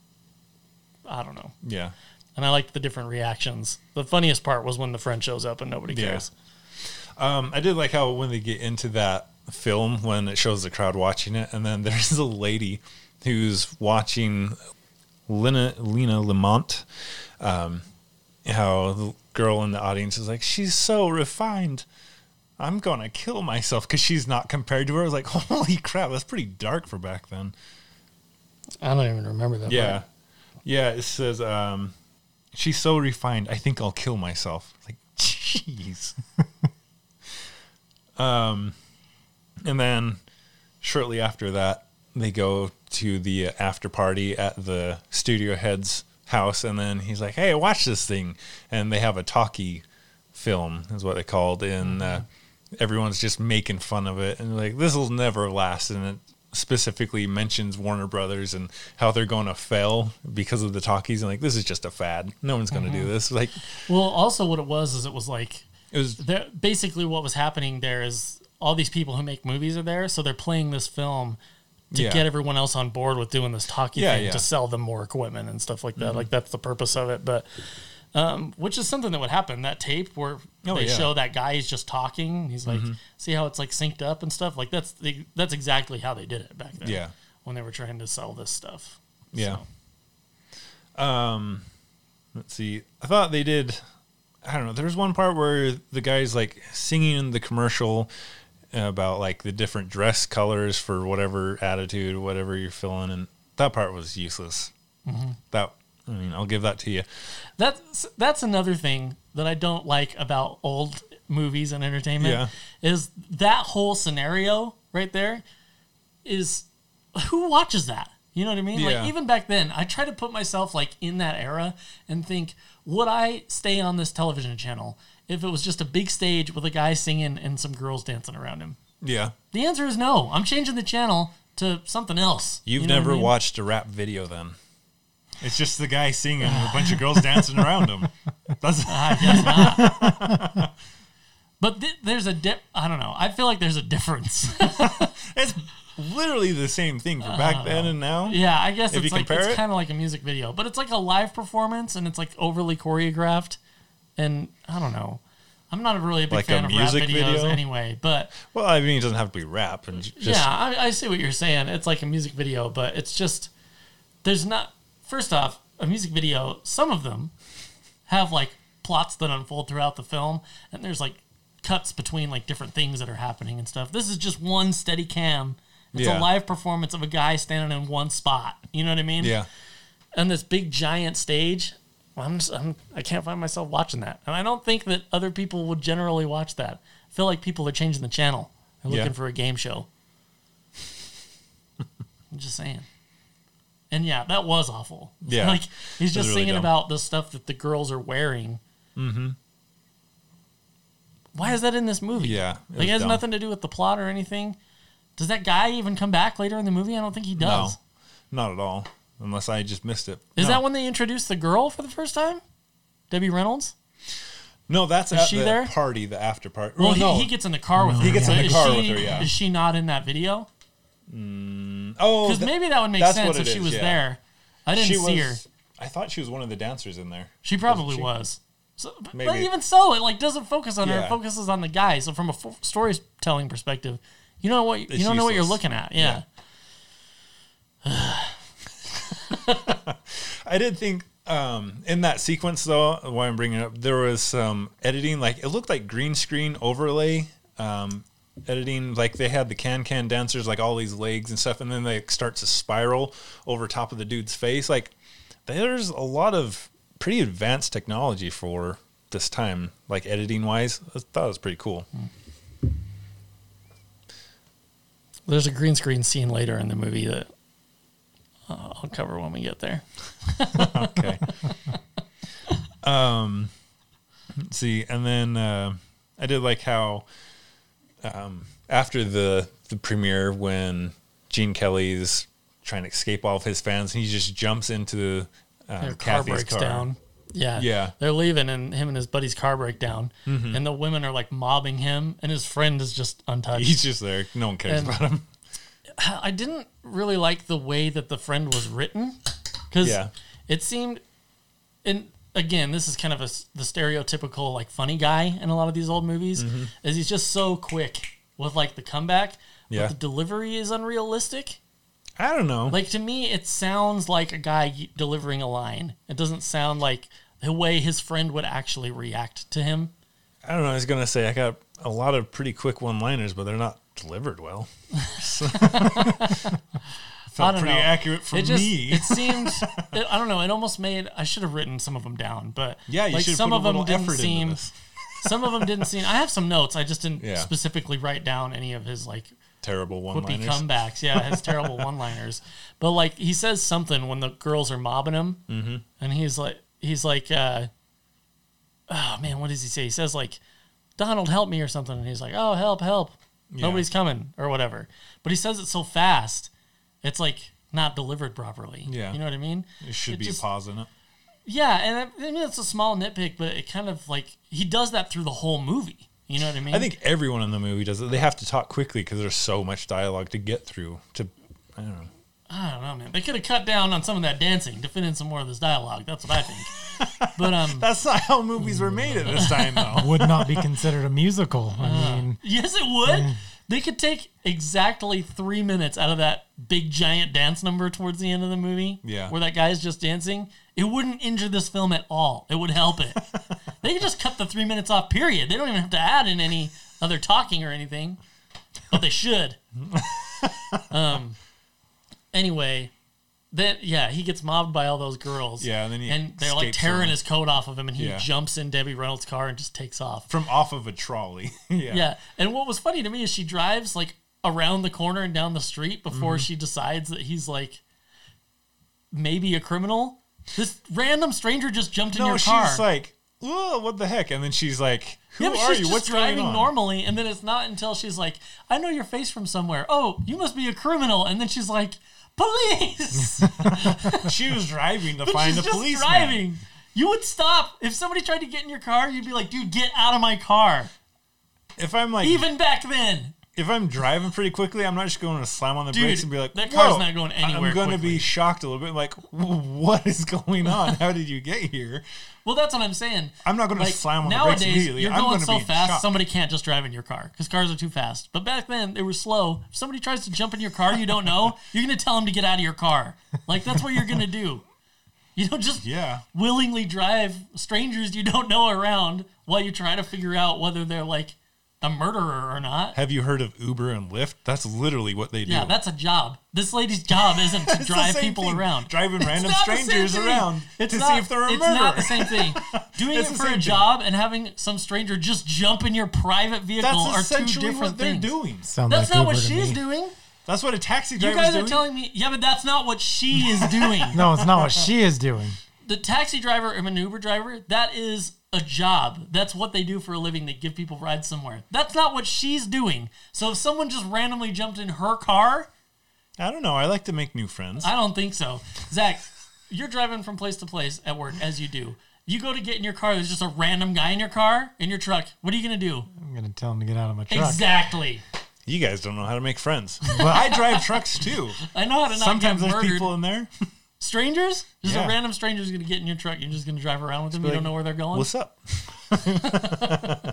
C: I don't know.
B: yeah.
C: And I liked the different reactions. The funniest part was when the friend shows up and nobody
B: Yeah.
C: cares.
B: Um, I did like how when they get into that film, when it shows the crowd watching it, and then (laughs) there's a lady who's watching Lena Lena Lamont. Um, how the girl in the audience is like, she's so refined. I'm gonna kill myself because she's not compared to her. I was like, (laughs) holy crap, that's pretty dark for back then.
C: I don't even remember that.
B: Yeah, yeah. It says, um, she's so refined. I think I'll kill myself. (laughs) Like, jeez. (laughs) Um, And then shortly after that, they go to the uh, after party at the studio head's house. And then he's like, hey, watch this thing. And they have a talkie film, is what they called. And uh, everyone's just making fun of it. And like, this will never last. And it specifically mentions Warner Brothers and how they're going to fail because of the talkies. And like, this is just a fad. No one's going to do this. Like,
C: Well, also what it was is it was like
B: it was,
C: there basically what was happening there is all these people who make movies are there, so they're playing this film to
B: Yeah.
C: get everyone else on board with doing this talkie
B: Yeah,
C: thing
B: yeah. Mm-hmm.
C: to sell them more equipment and stuff like that. Like that's the purpose of it, but um, which is something that would happen. That tape where
B: Oh,
C: they
B: yeah. Mm-hmm.
C: show that guy is just talking. He's like, see how it's like synced up and stuff. Like that's the, that's exactly how they did it back then.
B: Yeah.
C: when they were trying to sell this stuff.
B: yeah.
C: So,
B: Um, Let's see. I thought they did. I don't know. There's one part where the guy's like singing in the commercial about like the different dress colors for whatever attitude, whatever you're feeling, and that part was useless. That I mean, I'll give that to you.
C: that's that's another thing that I don't like about old movies and entertainment
B: Yeah.
C: is that whole scenario right there is who watches that? You know what I mean?
B: Yeah.
C: Like even back then, I try to put myself like in that era and think, would I stay on this television channel if it was just a big stage with a guy singing and some girls dancing around him?
B: Yeah,
C: The answer is no. I'm changing the channel to something else.
B: you've
C: You know what I
B: never
C: mean?
B: watched a rap video then. It's just the guy singing, and (sighs) a bunch of girls dancing around him.
C: (laughs)
B: That's
C: I guess not. but th- there's a dip. I don't know. I feel like there's a difference. (laughs)
B: it's literally the same thing for back then and now.
C: yeah, I guess
B: If
C: it's
B: you
C: like
B: compare
C: it's
B: it?
C: kind of like a music video, but it's like a live performance and it's like overly choreographed, and I don't know. I'm not a really a big
B: Like a
C: fan of rap
B: music
C: videos
B: video?
C: anyway, but
B: Well, I mean, it doesn't have to be rap and j- just
C: yeah, I, I see what you're saying. It's like a music video, but it's just there's not. First off, a music video. Some of them have like plots that unfold throughout the film, and there's like cuts between like different things that are happening and stuff. This is just one steady cam. It's
B: Yeah.
C: a live performance of a guy standing in one spot. You know what I (laughs) mean?
B: yeah.
C: And this big giant stage. I'm, just, I'm I can't find myself watching that, and I don't think that other people would generally watch that. I feel like people are changing the channel. They're
B: Yeah.
C: looking for a game show. I'm just saying. And yeah, that was awful. (laughs)
B: Yeah.
C: like he's
B: It was
C: just
B: really
C: singing
B: dumb.
C: about the stuff that the girls are wearing. Mm-hmm. Why is that in this movie?
B: Yeah, it
C: like
B: was
C: it has
B: dumb.
C: nothing to do with the plot or anything. Does that guy even come back later in the movie? I don't think he does.
B: No, not at all. Unless I just missed it.
C: Is
B: no.
C: that when they introduced the girl for the first time? Debbie Reynolds.
B: No, that's at
C: she
B: the
C: there?
B: party, the after party.
C: Well,
B: Well, no.
C: he, he gets in the car with her.
B: He gets in the
C: is
B: car
C: she,
B: with her, yeah.
C: Is she not in that video?
B: oh,
C: Because
B: tha-
C: maybe that would make
B: that's
C: sense
B: what
C: if
B: it
C: she
B: is,
C: was
B: yeah.
C: there. I didn't
B: she
C: see her.
B: was, I thought she was one of the dancers in there.
C: She probably
B: she?
C: was. So, but- but
B: Maybe.
C: even so, it like doesn't focus on her. It
B: Yeah.
C: focuses on the guy. So from a f- storytelling perspective, you know what you
B: It's
C: don't know what you're
B: useless.
C: looking at. Yeah.
B: I did think um, in that sequence, though, why I'm bringing it up, there was some editing. Like it looked like green screen overlay um, editing. Like they had the can can dancers, like all these legs and stuff, and then they start to spiral over top of the dude's face. Like there's a lot of pretty advanced technology for this time, like editing wise. I thought it was pretty cool.
C: There's a green screen scene later in the movie that uh, I'll cover when we get there.
B: okay. um, let's see, and then uh, I did like how um, after the the premiere when Gene Kelly's trying to escape all of his fans, he just jumps into uh,
C: Their car
B: Kathy's
C: breaks
B: car.
C: down. Yeah.
B: Yeah. Mm-hmm.
C: They're leaving and him and his buddy's car break down. And the women are like mobbing him and his friend is just untouched.
B: (laughs) He's just there. No one cares
C: And-
B: about him.
C: I didn't really like the way that the friend was written because
B: Yeah.
C: it seemed, and again, this is kind of a s the stereotypical like funny guy in a lot of these old movies,
B: Mm-hmm.
C: is he's just so quick with like the comeback,
B: Yeah.
C: but the delivery is unrealistic.
B: I don't know.
C: Like to me, it sounds like a guy y- delivering a line. It doesn't sound like the way his friend would actually react to him.
B: I don't know. I was gonna say I got a lot of pretty quick one liners, but they're not delivered well. So- Felt
C: don't
B: pretty
C: know.
B: accurate for
C: it just
B: me.
C: it seemed
B: (laughs)
C: it, I don't know. It almost made I should have written some of them down, but
B: yeah, you
C: like
B: should
C: some
B: put
C: of
B: a little
C: them didn't
B: effort
C: seem.
B: into this.
C: Some of them didn't seem. I have some notes. I just
B: (laughs)
C: didn't
B: Yeah.
C: specifically write down any of his like
B: Terrible one
C: whoopee
B: liners.
C: comebacks. Yeah,
B: (laughs)
C: his terrible one-liners. But like he says something when the girls are mobbing him,
B: Mm-hmm.
C: and he's like, he's like, uh, oh man, what does he say? He says like, Donald, help me or something, and he's like, oh help, help, nobody's coming or whatever. But he says it so fast, it's like not delivered properly.
B: Yeah.
C: you know what I mean.
B: It should be
C: just-
B: a pause in it.
C: Yeah, and I, I mean it's a small nitpick, but it kind of like he does that through the whole movie. You know what I mean?
B: I think everyone in the movie does it. They have to talk quickly because there's so much dialogue to get through. To I don't know.
C: I don't know, man. They could have cut down on some of that dancing to fit in some more of this dialogue. That's what I think. but um,
B: That's not how movies were made at this time,
C: (laughs)
B: though.
A: Would not be considered a musical. I mean,
C: yes, it
B: Mm.
C: would. They could take exactly three minutes out of that big giant dance number towards the end of the movie,
B: Yeah.
C: where that guy's just dancing. It wouldn't injure this film at all. It would help
B: (laughs)
C: it. they could just cut the three minutes off. Period. They don't even have to add in any other talking or anything, but
B: (laughs)
C: they should. um. Anyway, then yeah, he gets mobbed by all those girls.
B: Yeah, and then he
C: and they're like
B: escapes
C: tearing
B: them.
C: his coat off of him, and he
B: Yeah.
C: jumps in Debbie Reynolds' car and just takes off.
B: From off of a trolley. (laughs) yeah.
C: Yeah. And what was funny to me is she drives like around the corner and down the street before
B: Mm-hmm.
C: she decides that he's like maybe a criminal. This random stranger just jumped in
B: No,
C: your
B: she's
C: car.
B: like, whoa, what the heck? And then she's like, who
C: yeah, but
B: are
C: she's
B: you?
C: just
B: What's
C: driving
B: going on?
C: normally, and then it's not until she's like, "I know your face from somewhere." Oh, you must be a criminal, and then she's like, "Police!"
B: She was driving to (laughs)
C: But
B: find
C: (laughs) she's
B: the
C: just
B: police.
C: driving. You would stop if somebody tried to get in your car. You'd be like, "Dude, get out of my car!"
B: If I'm like,
C: Even back then,
B: if I'm driving pretty quickly, I'm not just going to slam on the
C: Dude,
B: brakes and be like,
C: that car's
B: "Whoa."
C: not going
B: I-
C: anywhere
B: I'm going to
C: quickly.
B: be shocked a little bit, like, (laughs) what is going on? How did you get here?
C: Well, that's what I'm saying.
B: I'm not gonna
C: Like,
B: slam on the brakes
C: nowadays,
B: immediately.
C: You're
B: I'm
C: going
B: gonna
C: so
B: be
C: fast,
B: shocked.
C: somebody can't just drive in your car because cars are too fast. But back then, they were slow. If somebody tries to jump in your car, you
B: (laughs)
C: don't know. You're gonna tell them to get out of your car. Like that's what you're gonna do. You don't just
B: Yeah.
C: willingly drive strangers you don't know around while you try to figure out whether they're like a murderer or not.
B: Have you heard of Uber and Lyft? That's literally what they do.
C: Yeah, that's a job. This lady's job isn't to
B: (laughs) It's the
C: drive
B: same
C: people
B: thing.
C: around.
B: Driving random
C: not the same
B: strangers
C: thing.
B: around
C: It's
B: to
C: not-
B: see if they're a
C: It's
B: murderer.
C: not the same thing. Doing
B: (laughs)
C: it
B: It's the
C: for a
B: same thing.
C: job and having some stranger just jump in your private vehicle
B: That's
C: are two
B: essentially
C: different
B: what they're
C: things.
B: doing.
A: Sounds
C: That's
A: like
C: not what
A: Uber to
C: she's
A: me.
C: doing.
B: That's what a taxi
C: You
B: driver
C: guys
B: doing.
C: are telling me, yeah, but that's not what she
B: (laughs)
C: is doing.
A: No, it's not what she is doing.
C: The taxi driver and an Uber driver, that is a job. That's what they do for a living. They give people rides somewhere. That's not what she's doing. So if someone just randomly jumped in her car,
B: I don't know. I like to make new friends.
C: I don't think so. Zach, you're driving from place to place at work as you do. You go to get in your car, there's just a random guy in your car, in your truck. What are you going to do?
A: I'm gonna tell him to get out of my truck.
C: Exactly.
B: you guys don't know how to make friends.
C: (laughs)
B: But I drive trucks too.
C: I know how to not
B: Sometimes
C: get
B: there's
C: murdered.
B: people in
C: (laughs)
B: there.
C: Strangers? Just a
B: Yeah.
C: random stranger's going to get in your truck. You're just going to drive around with them. You
B: be
C: don't
B: like,
C: know where they're going.
B: What's up?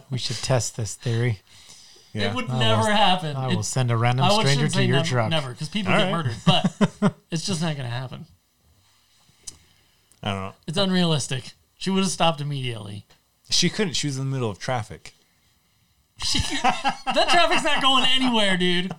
A: We should test this theory.
B: Yeah.
C: It would never happen.
A: I
C: It-
A: will send a random
C: would-
A: stranger
C: shouldn't
A: to
C: say
A: your
C: never,
A: truck.
C: Never, because people
B: All
C: get
B: right.
C: murdered. But it's just not going to happen.
B: I don't know.
C: It's unrealistic. She would have stopped immediately. (laughs)
B: She couldn't. She was in the middle of traffic.
C: She, that traffic's not going anywhere, dude.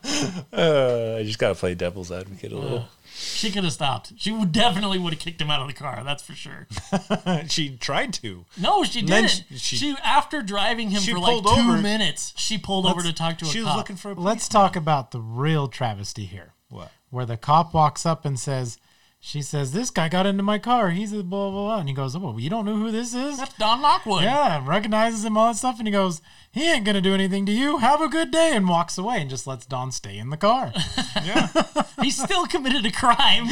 B: Uh, I just got to play devil's advocate a little.
C: She could have stopped. She would definitely would have kicked him out of the car. That's for sure.
B: (laughs) she tried to. (laughs)
C: No, she
B: then
C: didn't.
B: she-
C: She,
B: she-
C: after driving him
B: She
C: for like
B: pulled
C: two
B: over.
C: minutes, she pulled over to talk to a
B: She was
C: cop.
B: looking for a
A: Let's talk about the real travesty here,
B: what?
A: where the cop walks up and says, "She says this guy got into my car. He's a blah blah blah," and he goes, "Oh, well, you don't know who this is."
C: That's Don Lockwood.
A: Yeah, recognizes him, all that stuff, and he goes, "He ain't gonna do anything to you. Have a good day," and walks away, and just lets Don stay in the car.
C: He still committed
B: (laughs)
C: a crime.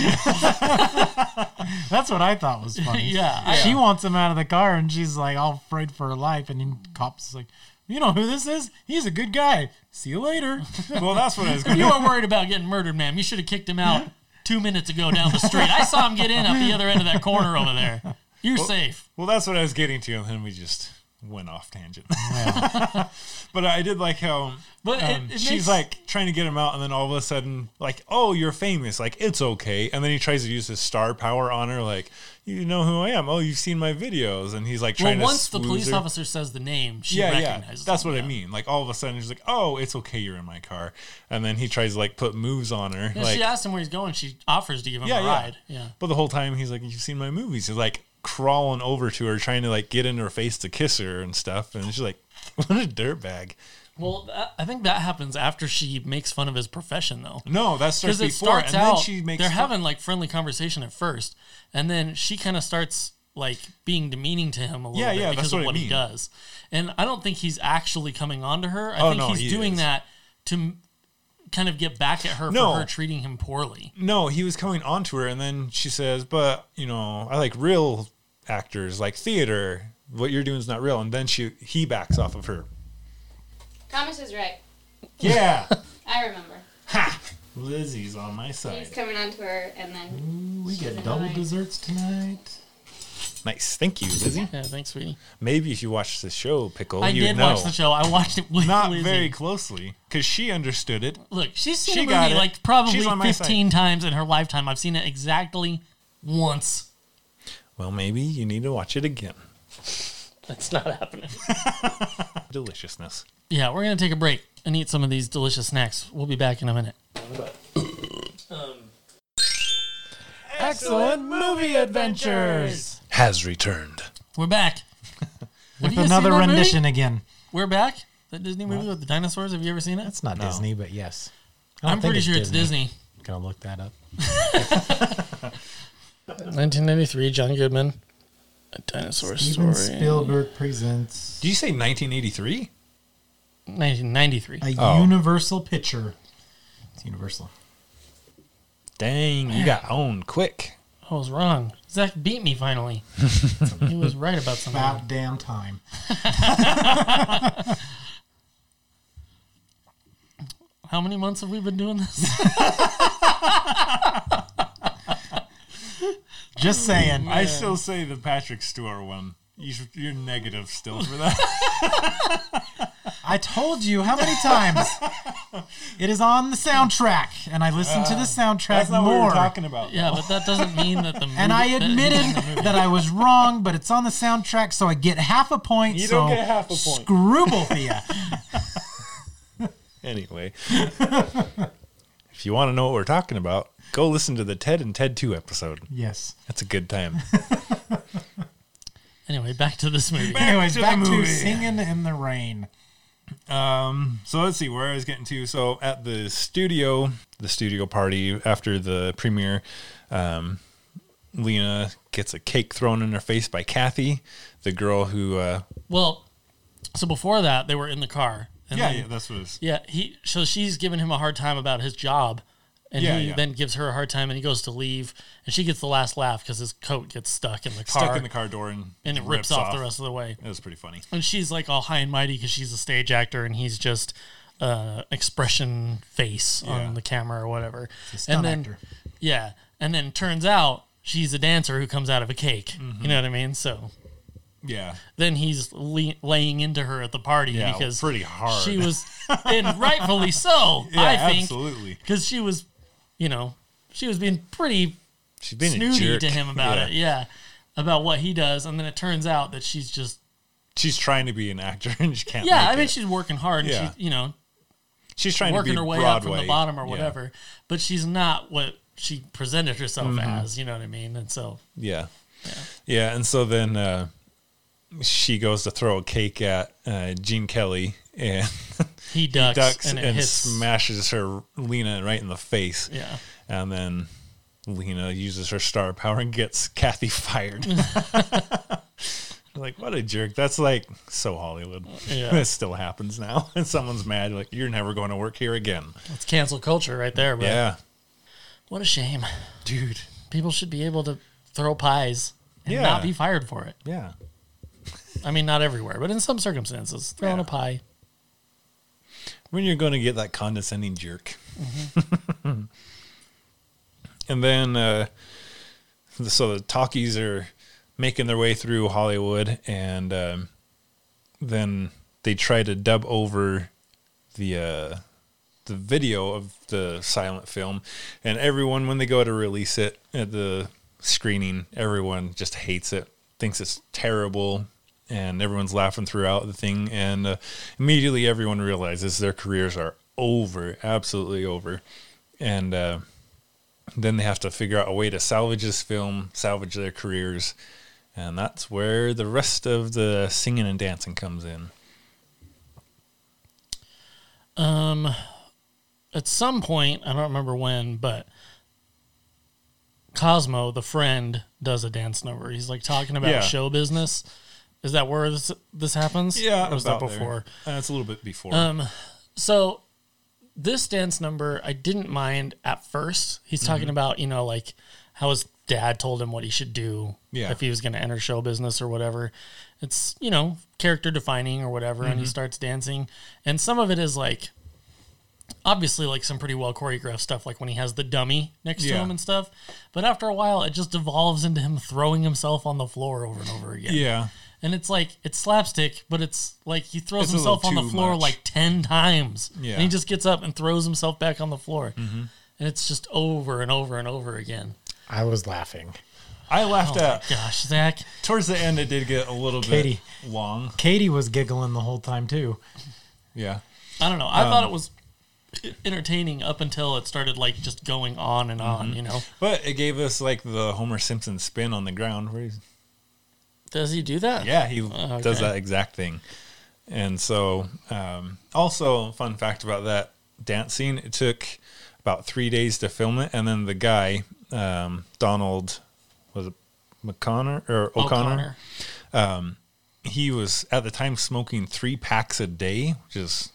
A: That's what I thought was funny.
C: (laughs) Yeah, I-
A: she wants him out of the car, and she's like all afraid for her life, and then cops is like, "You know who this is? He's a good guy. See you
C: (laughs)
A: later." (laughs)
B: Well, that's what I was
C: If
B: going
C: you
B: to
C: were worried about getting murdered, ma'am, you should have kicked him out two minutes ago down the street. I saw him get in up the other end of that corner over there. You're safe.
B: Well, that's what I was getting to, and then we just went off tangent. (laughs) but I did like how
C: But it-
B: um,
C: it
B: she's
C: makes-
B: like trying to get him out, and then all of a sudden, like, oh, you're famous, like it's okay. And then he tries to use his star power on her, like, you know who I am. Oh, you've seen my videos, and he's like
C: Well,
B: trying
C: once
B: to.
C: the
B: swoos
C: police
B: her.
C: officer says the name, she
B: Yeah, yeah,
C: recognizes.
B: that's
C: him,
B: what
C: yeah.
B: I mean. Like all of a sudden, she's like, "Oh, it's okay, you're in my car," and then he tries to like put moves on her.
C: Yeah,
B: like,
C: she asked him where he's going. She offers to give him
B: Yeah,
C: a
B: yeah.
C: ride. Yeah.
B: But the whole time he's like, "You've seen my movies." He's like crawling over to her, trying to like get in her face to kiss her and stuff. And she's like, (laughs) "What a dirtbag!"
C: Well, that, I think that happens after she makes fun of his profession, though.
B: No, that starts
C: because it
B: before,
C: starts
B: and
C: out
B: then she makes
C: they're
B: fun-
C: having like friendly conversation at first, and then she kind of starts like being demeaning to him a little
B: Yeah,
C: bit
B: yeah, that's
C: because
B: what
C: of
B: I
C: what he
B: mean.
C: does. And I don't think he's actually coming on to her. I
B: Oh,
C: think
B: no,
C: he's
B: he
C: doing
B: is.
C: that to m- kind of get back at her
B: No.
C: for her treating him poorly.
B: No, he was coming onto her, and then she says, "But you know, I like real actors, like theater. What you're doing is not real." And then she he backs off of her.
E: Thomas is right.
B: (laughs) Yeah,
E: I remember.
B: Lizzie's on my
E: He's
B: side.
E: coming onto her, and then
A: we get double desserts tonight.
B: Nice, thank you, Lizzie.
C: Yeah, thanks, sweetie.
B: Maybe if you watch the show, pickle,
C: I
B: you
C: did
B: know.
C: watch the show. I watched it with
B: Not
C: Lizzie.
B: very closely, because she understood it.
C: Look, she's seen
B: She
C: a movie
B: got it.
C: like probably
B: She's on my side.
C: fifteen times in her lifetime. I've seen it exactly once.
B: Well, maybe you need to watch it again.
C: That's not happening.
B: (laughs) Deliciousness.
C: Yeah, we're gonna take a break and eat some of these delicious snacks. We'll be back in a minute.
A: Excellent movie adventures.
B: Has returned.
C: We're
A: (laughs)
C: back. Have you guys
A: Another
C: seen that
A: rendition
C: movie?
A: again.
C: We're back. That Disney movie with the dinosaurs. Have you ever seen it?
A: It's not Disney, but yes. I don't
C: I'm
A: think
C: pretty sure it's Disney.
A: Gonna look that up.
C: 1993, John Goodman. A dinosaur
A: Steven Spielberg presents
B: Did you say 1983?
C: 1993.
A: a
B: Oh.
A: Universal picture. It's Universal.
B: Dang, you got owned quick.
C: I was wrong. Zach beat me (laughs) finally. he was right about something.
A: About damn time.
C: How many months have we been doing this? (laughs)
A: Just saying.
B: I still say the Patrick Stewart one. You should- You're negative still for (laughs) that.
A: I told you how many
C: (laughs)
A: times it is on the soundtrack, and I listened to the
C: Uh,
A: soundtrack
B: That's not
A: more.
B: what we're talking about.
C: yeah, but that doesn't mean that (laughs) the movie,
A: and I
C: that-
A: admitted that I was wrong, but it's on the soundtrack, so I get half a point.
B: You don't
A: so
B: get half a point.
A: Screw both of you.
B: Anyway, (laughs) if you want to know what we're talking about, go listen to the Ted and Ted 2 episode.
A: (laughs) Yes.
B: That's a good time.
C: Anyway, back to this (laughs) movie.
A: Anyways,
B: to the
A: back to
B: movie.
A: singing in the rain.
B: (laughs) so let's see where I was getting to. So at the studio, the studio party after the premiere, um, Lena gets a cake thrown in her face by Kathy, the girl who. Uh,
C: Well, so before that, they were in the car. And then-
B: that's what it's.
C: Yeah, he so she's giving him a hard time about his job, and
B: Yeah,
C: he
B: yeah.
C: then gives her a hard time, and he goes to leave, and she gets the last laugh because his coat gets stuck in the car,
B: Stuck in the car door and,
C: and it rips, off, the rest of the way.
B: It was pretty funny.
C: And she's like all high and mighty because she's a stage actor, and he's just uh, expression face
B: Yeah.
C: on the camera or whatever.
A: stunt
C: and then,
A: actor.
C: yeah, and then turns out she's a dancer who comes out of a cake.
B: Mm-hmm.
C: You know what I mean? So
B: Yeah.
C: then he's le- laying into her at the party
B: Yeah,
C: because
B: pretty hard.
C: She was, and
B: (laughs)
C: rightfully so.
B: Yeah,
C: I think
B: absolutely.
C: because she was, you know, she was being pretty
B: She's being a
C: snooty
B: jerk.
C: to him about
B: Yeah.
C: it. Yeah, about what he does, and then it turns out that she's just
B: She's trying to be an actor and she can't.
C: yeah.
B: make
C: I mean,
B: it.
C: she's working hard. And
B: Yeah.
C: she, you know,
B: she's trying to
C: working
B: be
C: her way up from
B: Broadway.
C: the bottom or
B: Yeah.
C: whatever. But she's not what she presented herself
B: Mm-hmm.
C: as. You know what I mean? And so
B: Yeah. Yeah. And so then uh, she goes to throw a cake at uh, Gene Kelly and (laughs)
C: he ducks,
B: ducks
C: and
B: and,
C: it hits.
B: smashes her Lena right in the face.
C: Yeah.
B: And then Lena uses her star power and gets Kathy
C: (laughs)
B: fired. like, what a jerk. That's like so Hollywood.
C: Yeah.
B: this still happens now. (laughs) And someone's mad, like, you're never going to work here again.
C: It's cancel culture right there. But
B: Yeah.
C: what a shame.
B: Dude.
C: people should be able to throw pies and
B: Yeah.
C: not be fired for it.
B: Yeah.
C: I mean, not everywhere, but in some circumstances, throwing
B: Yeah.
C: a pie.
B: when you're going to get that condescending jerk. (laughs) and then, uh, so the talkies are making their way through Hollywood, and um, then they try to dub over the uh, the video of the silent film, and everyone when they go to release it at the screening, everyone just hates it, thinks it's terrible, and everyone's laughing throughout the thing, and uh, immediately everyone realizes their careers are over, absolutely over, and. Uh, then they have to figure out a way to salvage this film, salvage their careers, and that's where the rest of the singing and dancing comes in.
C: At some point, I don't remember when, but Cosmo, the friend, does a dance number. He's like talking about
B: Yeah.
C: show business. Is that where this this happens? or was that before? Um,
B: Uh, it's a little bit before.
C: So this dance number I didn't mind at first. He's
B: Mm-hmm.
C: talking about, you know, like how his dad told him what he should do
B: Yeah.
C: if he was going to enter show business or whatever. It's, you know, character defining or whatever and
B: Mm-hmm.
C: he starts dancing and some of it is like obviously like some pretty well choreographed stuff like when he has the dummy next to
B: Yeah.
C: him and stuff. But after a while it just devolves into him throwing himself on the floor over and over again.
B: yeah,
C: And it's like it's slapstick, but it's like he throws
B: It's a little
C: himself on the
B: too
C: floor
B: much.
C: like ten times.
B: Yeah. Mm-hmm.
C: And he just gets up and throws himself back on the floor. And it's just over and over and over again.
A: I was laughing.
B: I laughed
C: Oh
B: at
C: my gosh, Zach.
B: towards the end. It did get a little
A: Katie.
B: bit long.
A: Katie was giggling the whole time too.
B: Yeah,
C: I don't know. I
B: Um,
C: thought it was entertaining up until it started like just going on and on,
B: Mm-hmm.
C: you know.
B: but it gave us like the Homer Simpson spin on the ground. Where he's,
C: Does he do that?
B: yeah, he
C: Oh, okay.
B: does that exact thing. And so, um, also fun fact about that dance scene: it took about three days to film it, and then the guy um, Donald was it McConnor or
C: Oh,
B: O'Connor?
C: O'Connor.
B: he was at the time smoking three packs a day, which is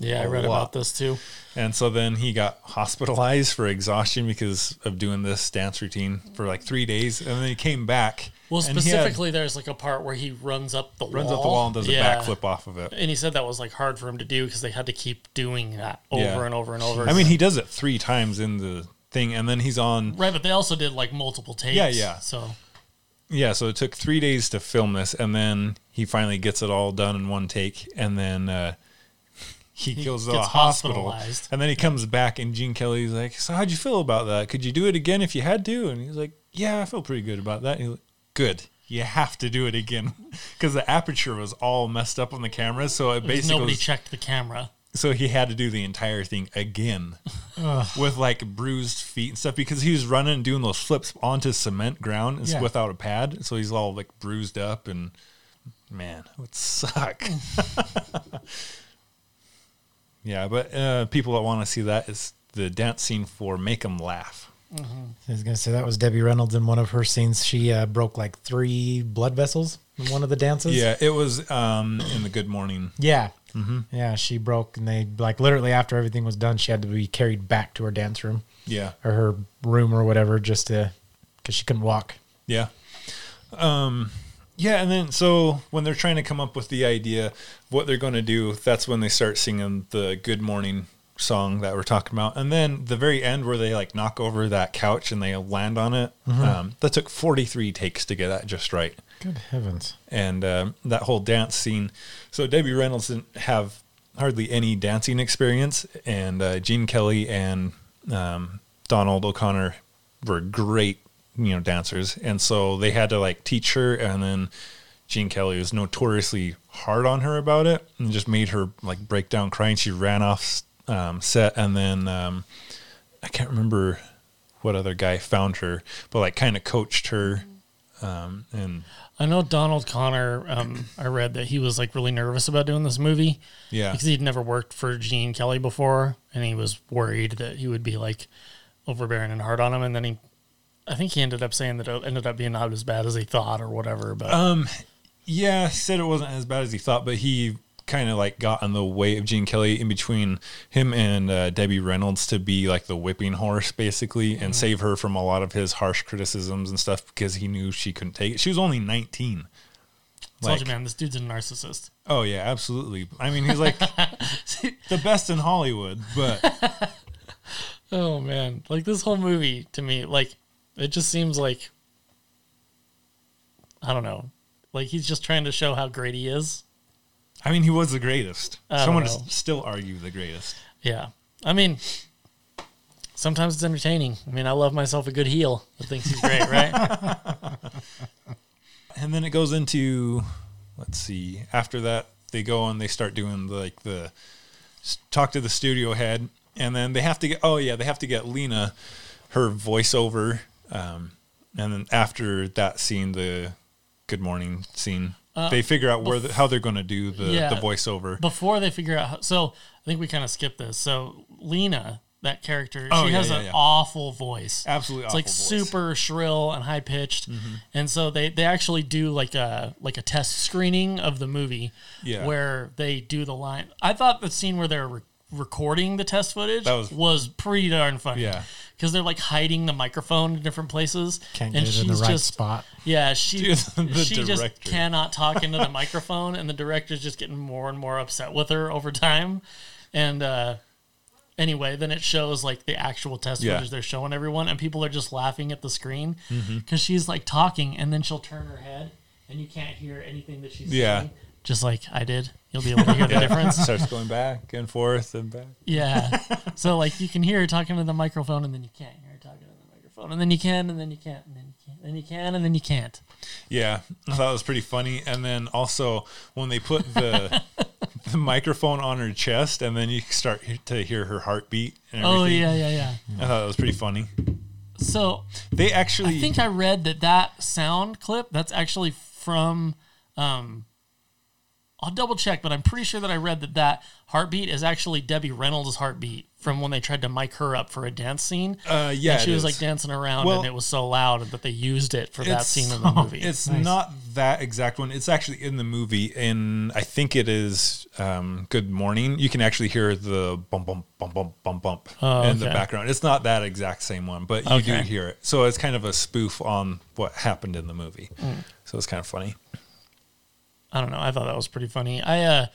C: Yeah, I
B: A
C: read
B: lot.
C: about this too.
B: and so then he got hospitalized for exhaustion because of doing this dance routine for like three days, and then he came back
C: Well,
B: And he had-
C: specifically, there's like a part where he runs up the
B: runs
C: wall.
B: up the wall and does
C: Yeah.
B: a backflip off of it.
C: And he said that was like hard for him to do because they had to keep doing that over
B: Yeah.
C: and over and over.
B: I mean,
C: again.
B: he does it three times in the thing, and then he's on.
C: right, but they also did like multiple takes.
B: Yeah, yeah.
C: So
B: Yeah, so it took three days to film this, and then he finally gets it all done in one take, and then uh, he, goes to the
C: gets
B: hospital,
C: hospitalized.
B: and then he comes back, and Gene Kelly's like, "So how'd you feel about that? Could you do it again if you had to?" And he's like, "Yeah, I feel pretty good about that." And he's like, "Good." You have to do it again (laughs) because the aperture was all messed up on the camera, so it
C: because
B: basically
C: nobody
B: was-
C: checked the camera.
B: so he had to do the entire thing again with like bruised feet and stuff because he was running and doing those flips onto cement ground and s-
A: Yeah.
B: without a pad. So he's all like bruised up and man, it would suck. (laughs) yeah, but uh, people that want to see that is the dance scene for Make 'em Laugh.
A: I was gonna say that was Debbie Reynolds in one of her scenes. She uh, broke like three blood vessels in one of the dances.
B: Yeah, it was um, in the Good Morning.
A: yeah, yeah. She broke, and they like literally after everything was done, she had to be carried back to her dance room
B: Yeah.
A: or her room or whatever, just to because she couldn't walk.
B: Yeah. Um, yeah, and then so when they're trying to come up with the idea of what they're going to do, that's when they start singing the "Good Morning" song that we're talking about, and then the very end where they like knock over that couch and they land on it. Um, that took forty three takes to get that just right,
A: Good heavens!
B: and um, that whole dance scene. So Debbie Reynolds didn't have hardly any dancing experience, and uh, Gene Kelly and um, Donald O'Connor were great, you know, dancers, and so they had to like teach her, and then Gene Kelly was notoriously hard on her about it, and just made her like break down crying. She ran off um, set, and then um, I can't remember what other guy found her, but like kind of coached her, um, and
C: I know Donald Connor. Um, (clears throat) I read that he was like really nervous about doing this movie.
B: Yeah.
C: because he'd never worked for Gene Kelly before, and he was worried that he would be like overbearing and hard on him. And then he, I think he ended up saying that it ended up being not as bad as he thought or whatever. But
B: Uh, Yeah, he said it wasn't as bad as he thought, but he kind of like got in the way of Gene Kelly in between him and uh, Debbie Reynolds to be like the whipping horse basically
C: Mm-hmm.
B: and save her from a lot of his harsh criticisms and stuff because he knew she couldn't take it. She was only 19.
C: told
B: Like,
C: you, man, this dude's a narcissist.
B: oh yeah, absolutely. I mean, he's
C: (laughs)
B: like the best in Hollywood, but
C: Oh man, like this whole movie to me, like it just seems like I don't know, like he's just trying to show how great he is.
B: I mean, he was the greatest.
C: don't
B: Someone
C: know.
B: would still argue the greatest.
C: Yeah, I mean, sometimes it's entertaining. I mean, I love myself a good heel that thinks he's great,
B: (laughs)
C: right?
B: and then it goes into let's see after that they go and they start doing like the s- talk to the studio head and then they have to get oh yeah they have to get lena her voiceover um, and then after that scene the good morning scene they figure out where the, how they're going to do the,
C: Uh, yeah.
B: the voiceover
C: Before they figure out, how, so I think we kind of skipped this. So Lena, that character,
B: Oh,
C: she
B: yeah,
C: has
B: yeah,
C: an
B: yeah.
C: awful voice.
B: absolutely Mm-hmm.
C: it's like super shrill and high pitched and so they they actually do like a like a test screening of the movie
B: Yeah.
C: where they do the line i thought the scene where they're re- recording the test footage
B: That was-
C: pretty darn funny
B: Yeah.
C: because they're like hiding the microphone in different places
A: Can't get it in the right spot.
C: yeah she
B: Dude, (laughs) the
C: she just
B: director.
C: cannot talk into the microphone and the director's just getting more and more upset with her over time and uh anyway, then it shows like the actual test
B: Yeah.
C: footage they're showing everyone, and people are just laughing at the screen because
B: Mm-hmm.
C: she's like talking, and then she'll turn her head, and you can't hear anything that she's
B: Yeah.
C: saying. Just like I did, you'll be able to hear the difference.
B: (laughs) starts going back and forth and back
C: Yeah. So like you can hear her talking to the microphone, and then you can't hear her talking to the microphone, and then you can, and then you can't, and then you can, and you can, and then you can't.
B: Yeah, I thought it was pretty funny. And then also when they put
C: (laughs)
B: the the microphone on her chest, and then you start he- to hear her heartbeat. And everything.
C: Oh yeah, yeah, yeah.
B: I thought that was pretty funny.
C: So
B: They actually,
C: I think I read that that sound clip that's actually from um, I'll double check, but I'm pretty sure that I read that that heartbeat is actually Debbie Reynolds' heartbeat from when they tried to mic her up for a dance scene.
B: Uh, yeah,
C: and she
B: it
C: was
B: is.
C: like dancing around,
B: Well-
C: and it was so loud that they used it for that
B: It's- (laughs)
C: scene in the movie.
B: It's
A: Nice.
B: not that exact one. It's actually in the movie, and I think it is um, "Good Morning." You can actually hear the bump, bump, bump, bump, bump, bump
C: Oh,
B: in the
C: okay.
B: background. It's not that exact same one, but you do
C: Okay.
B: hear it. So it's kind of a spoof on what happened in the movie.
C: Mm.
B: So it's kind of funny.
C: I don't know. I thought that was pretty funny. I uh,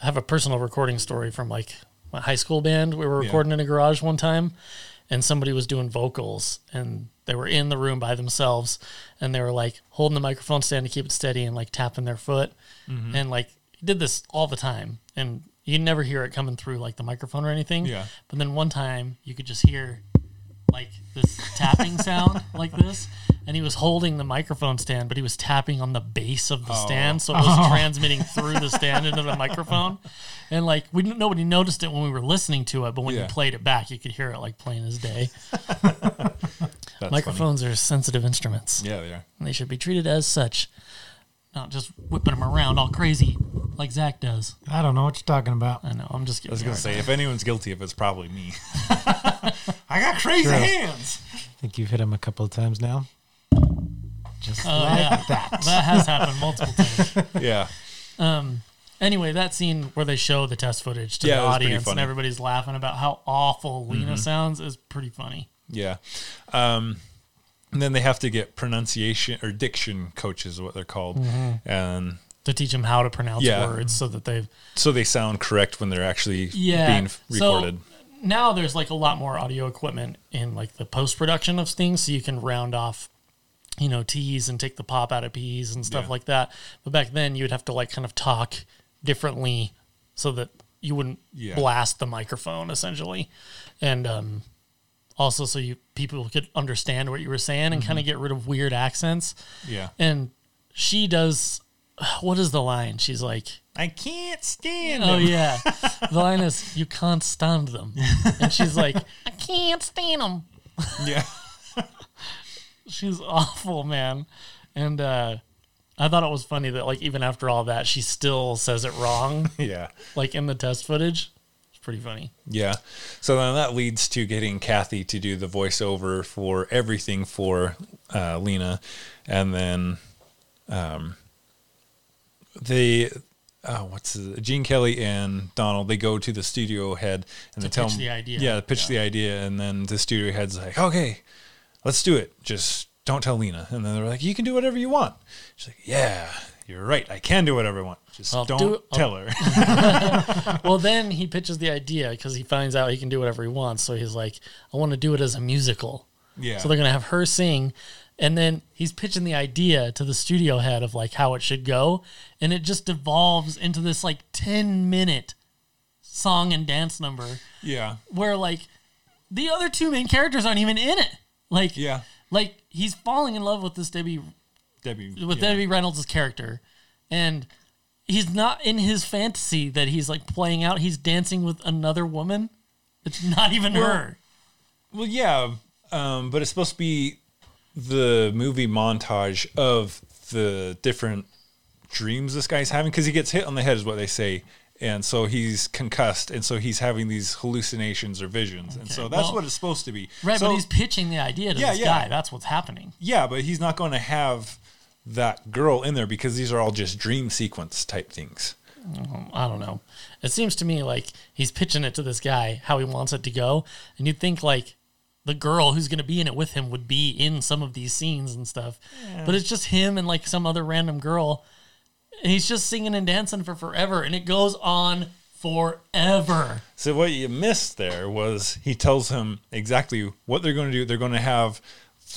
C: have a personal recording story from like my high school band. We were recording in a garage one time, and somebody was doing vocals, and they were in the room by themselves, and they were like holding the microphone stand to keep it steady and like tapping their foot, and like did this all the time, and you never hear it coming through like the microphone or anything.
B: Yeah.
C: But then one time you could just hear like this
B: (laughs)
C: tapping sound like this and he was holding the microphone stand but he was tapping on the base of the stand so it was
B: Oh.
C: transmitting through the stand into
B: (laughs)
C: the microphone and like we didn't, nobody noticed it when we were listening to it but when
B: Yeah.
C: you played it back you could hear it like plain as day
B: That's funny.
C: microphones are sensitive instruments
B: Yeah, they are.
C: and they should be treated as such not just whipping them around all crazy like Zach does
A: I don't know what you're talking about.
C: I know I'm just
B: I was
C: kidding
B: gonna say, if anyone's guilty of it, it's probably me.
A: I got crazy hands. I think you've hit him a couple of times now. Just
C: Oh,
A: like
C: yeah.
A: that.
C: that has happened multiple times
B: yeah,
C: Anyway, that scene where they show the test footage to
B: Yeah,
C: the
B: it was pretty
C: audience and
B: funny. Mm-hmm.
C: everybody's laughing about how awful Lena sounds is pretty funny.
B: yeah. Um, and then they have to get pronunciation or diction coaches, what they're called, and
C: To teach them how to pronounce
B: Yeah.
C: words so that they've
B: so they sound correct when they're actually
C: yeah
B: being f-
C: So,
B: recorded.
C: now there's like a lot more audio equipment in like the post production of things, so you can round off, you know, T's and take the pop out of P's and stuff
B: Yeah.
C: like that. But back then, you would have to like kind of talk differently so that you wouldn't
B: Yeah.
C: blast the microphone essentially, and um, also so you people could understand what you were saying and
B: Mm-hmm.
C: kind of get rid of weird accents.
B: yeah.
C: And she does. What is the line? She's like.
B: I can't stand
C: Oh yeah, (laughs) the line is "You can't stand them," and she's like, (laughs) "I can't stand them."
B: Yeah.
C: She's awful, man. And uh, I thought it was funny that like even after all that, she still says it wrong, (laughs)
B: Yeah.
C: like in the test footage. It's pretty funny.
B: Yeah. So then that leads to getting Kathy to do the voiceover for everything for uh, Lena. And then um, they, oh, what's the, Gene Kelly and Donald, they go to the studio head and they tell
C: pitch
B: them-
C: the idea.
B: Yeah, pitch the idea. And then the studio head's like, okay, let's do it. Just don't tell Lena. And then they're like, you can do whatever you want. She's like, yeah, you're right. I can do whatever I want. Just
C: I'll
B: don't
C: do it. I'll-
B: tell
C: (laughs)
B: her.
C: Well, then he pitches the idea because he finds out he can do whatever he wants. So he's like, "I want to do it as a musical."
B: yeah.
C: So they're gonna have her sing, and then he's pitching the idea to the studio head of like how it should go, and it just devolves into this like ten minute song and dance number
B: yeah.
C: where like the other two main characters aren't even in it. Like
B: Yeah.
C: like he's falling in love with this Debbie
B: Debbie.
C: with
B: yeah.
C: Debbie Reynolds' character, and he's not in his fantasy that he's like playing out. He's dancing with another woman. It's not even her.
B: Well, yeah, um, but it's supposed to be the movie montage of the different dreams this guy's having because he gets hit on the head, is what they say, and so he's concussed, and so he's having these hallucinations or visions, and so that's
C: well-
B: what it's supposed to be.
C: Right,
B: So-
C: but he's pitching the idea to
B: Yeah,
C: this
B: yeah.
C: guy. That's what's happening.
B: yeah, but he's not going to have that girl in there because these are all just dream sequence type things.
C: I don't know. It seems to me like he's pitching it to this guy how he wants it to go, and you'd think like the girl who's going to be in it with him would be in some of these scenes and stuff, but it's just him and like some other random girl, and he's just singing and dancing for forever, and it goes on forever.
B: So what you missed there was he tells him exactly what they're going to do. They're going to have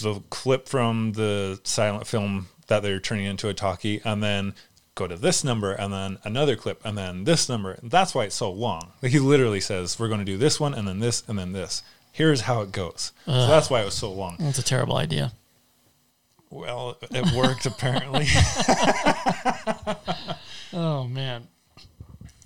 B: the clip from the silent film that they're turning into a talkie, and then go to this number, and then another clip, and then this number. That's why it's so long. Like he literally says, "We're going to do this one, and then this, and then this." Here's how it goes. so that's why it was so long.
C: That's a terrible idea.
B: Well, it worked apparently.
C: Oh man,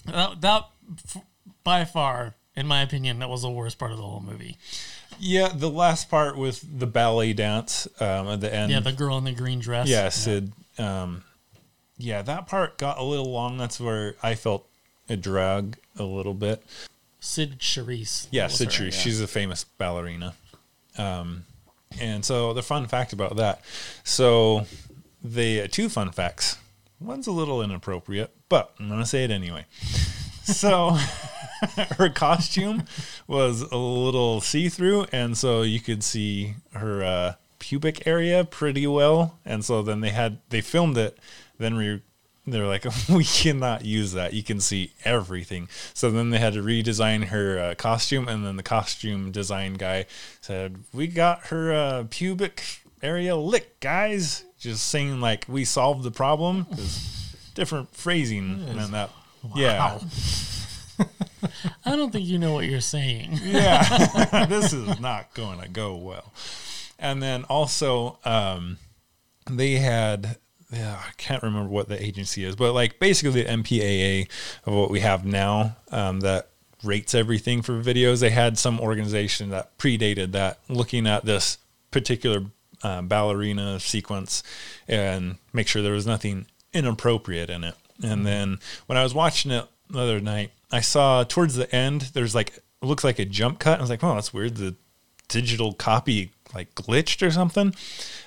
C: that, that f- by far, in my opinion, that was the worst part of the whole movie.
B: (laughs) yeah, the last part with the ballet dance um, at the end.
C: Yeah, the girl in the green dress.
B: Yeah, Sid. Um, yeah, that part got a little long. That's where I felt it drag a little bit.
C: Sid Charisse.
B: Yeah,
C: That was
B: Sid
C: her.
B: Charisse. She's a famous ballerina. Um, and so the fun fact about that. So the uh, two fun facts. One's a little inappropriate, but I'm gonna say it anyway. So (laughs) her costume was a little see-through, and so you could see her uh, pubic area pretty well. And so then they had they filmed it. Then we they're like, (laughs) we cannot use that. You can see everything. So then they had to redesign her uh, costume, and then the costume design guy said, "We got her uh, pubic area lick, guys." Just saying like we solved the problem. 'cause Different phrasing than that. Yeah.
C: I don't think you know what
B: (laughs)
C: you're saying.
B: yeah, (laughs) this is not going to go well. And then also, um, they had, yeah, I can't remember what the agency is, but like basically the MPAA of what we have now um, that rates everything for videos. They had some organization that predated that looking at this particular uh, ballerina sequence and make sure there was nothing inappropriate in it. And then when I was watching it the other night, I saw towards the end there's like it looks like a jump cut. I was like, oh, that's weird. The digital copy like glitched or something.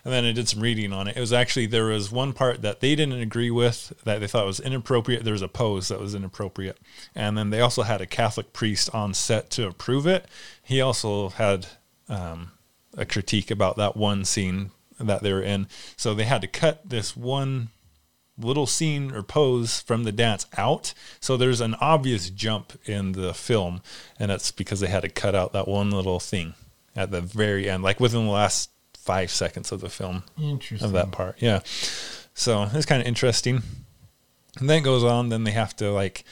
B: And then I did some reading on it. It was actually there was one part that they didn't agree with that they thought was inappropriate. There was a pose that was inappropriate. And then they also had a Catholic priest on set to approve it. He also had um, a critique about that one scene that they were in. So they had to cut this one little scene or pose from the dance out. So there's an obvious jump in the film, and that's because they had to cut out that one little thing at the very end, like within the last five seconds of the film
A: Interesting.
B: of that part. Yeah. So it's kind of interesting. And then it goes on, then they have to like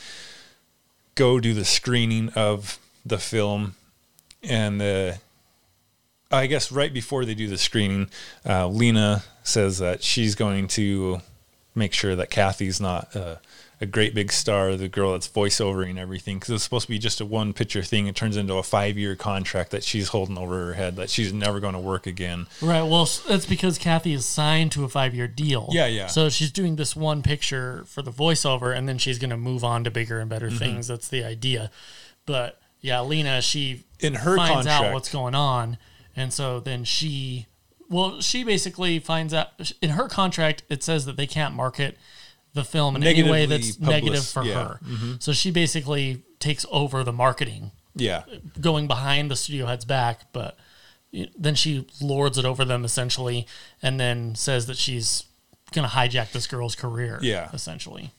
B: go do the screening of the film and the I guess right before they do the screening, uh, Lena says that she's going to make sure that Kathy's not uh, a great big star, the girl that's voiceovering everything, because it's supposed to be just a one picture thing. It turns into a five year contract that she's holding over her head, that she's never going to work again.
C: Right. Well, s- that's because Kathy is signed to a five year deal.
B: Yeah, yeah.
C: So she's doing this one picture for the voiceover, and then she's going to move on to bigger and
B: Mm-hmm.
C: better things. That's the idea. But yeah, Lena, she
B: In her
C: finds out
B: contract-
C: what's going on, and so then she, well, she basically finds out in her contract it says that they can't market the film in any
B: Negatively
C: way that's
B: public-
C: negative for
B: yeah. Mm-hmm.
C: her. So she basically takes over the marketing
B: Yeah.
C: going behind the studio head's back, but then she lords it over them essentially, and then says that she's going to hijack this girl's career.
B: Yeah.
C: essentially.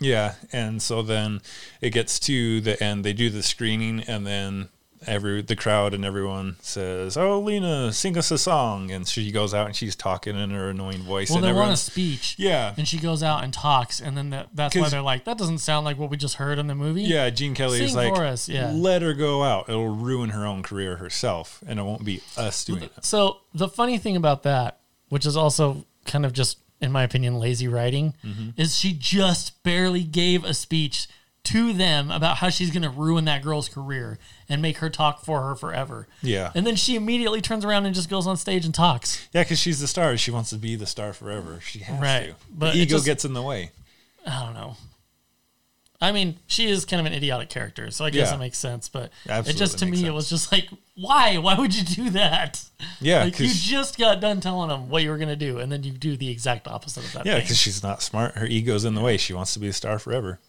B: Yeah, and so then it gets to the end. They do the screening, and then every the crowd and everyone says, "Oh, Lena, sing us a song." And she goes out and she's talking in her annoying voice,
C: Well,
B: and
C: they want a
B: everyone's
C: speech.
B: Yeah.
C: and she goes out and talks, and then that, that's why
B: 'Cause-
C: they're like, "That doesn't sound like what we just heard in the movie."
B: yeah. Gene Kelly is
C: Sing
B: like,
C: for us, yeah.
B: "Let her go out. It'll ruin her own career herself, and it won't be us doing it."
C: So the funny thing about that, which is also kind of just, in my opinion, lazy writing,
B: Mm-hmm.
C: is she just barely gave a speech to them about how she's going to ruin that girl's career and make her talk for her forever.
B: Yeah.
C: And then she immediately turns around and just goes on stage and talks.
B: Yeah, because she's the star. She wants to be the star forever. She has
C: Right,
B: to.
C: but
B: the
C: it
B: ego
C: just-
B: gets in the way.
C: I don't know. I mean, she is kind of an idiotic character, so I guess
B: Yeah.
C: it makes sense. But it
B: Absolutely
C: just to me,
B: makes
C: it
B: sense.
C: was just like, why? Why would you do that?
B: Yeah,
C: like you
B: 'cause-
C: just got done telling them what you were going to do, and then you do the exact opposite of that.
B: Yeah,
C: thing.
B: because she's not smart. Her ego's in the way. She wants to be the star forever.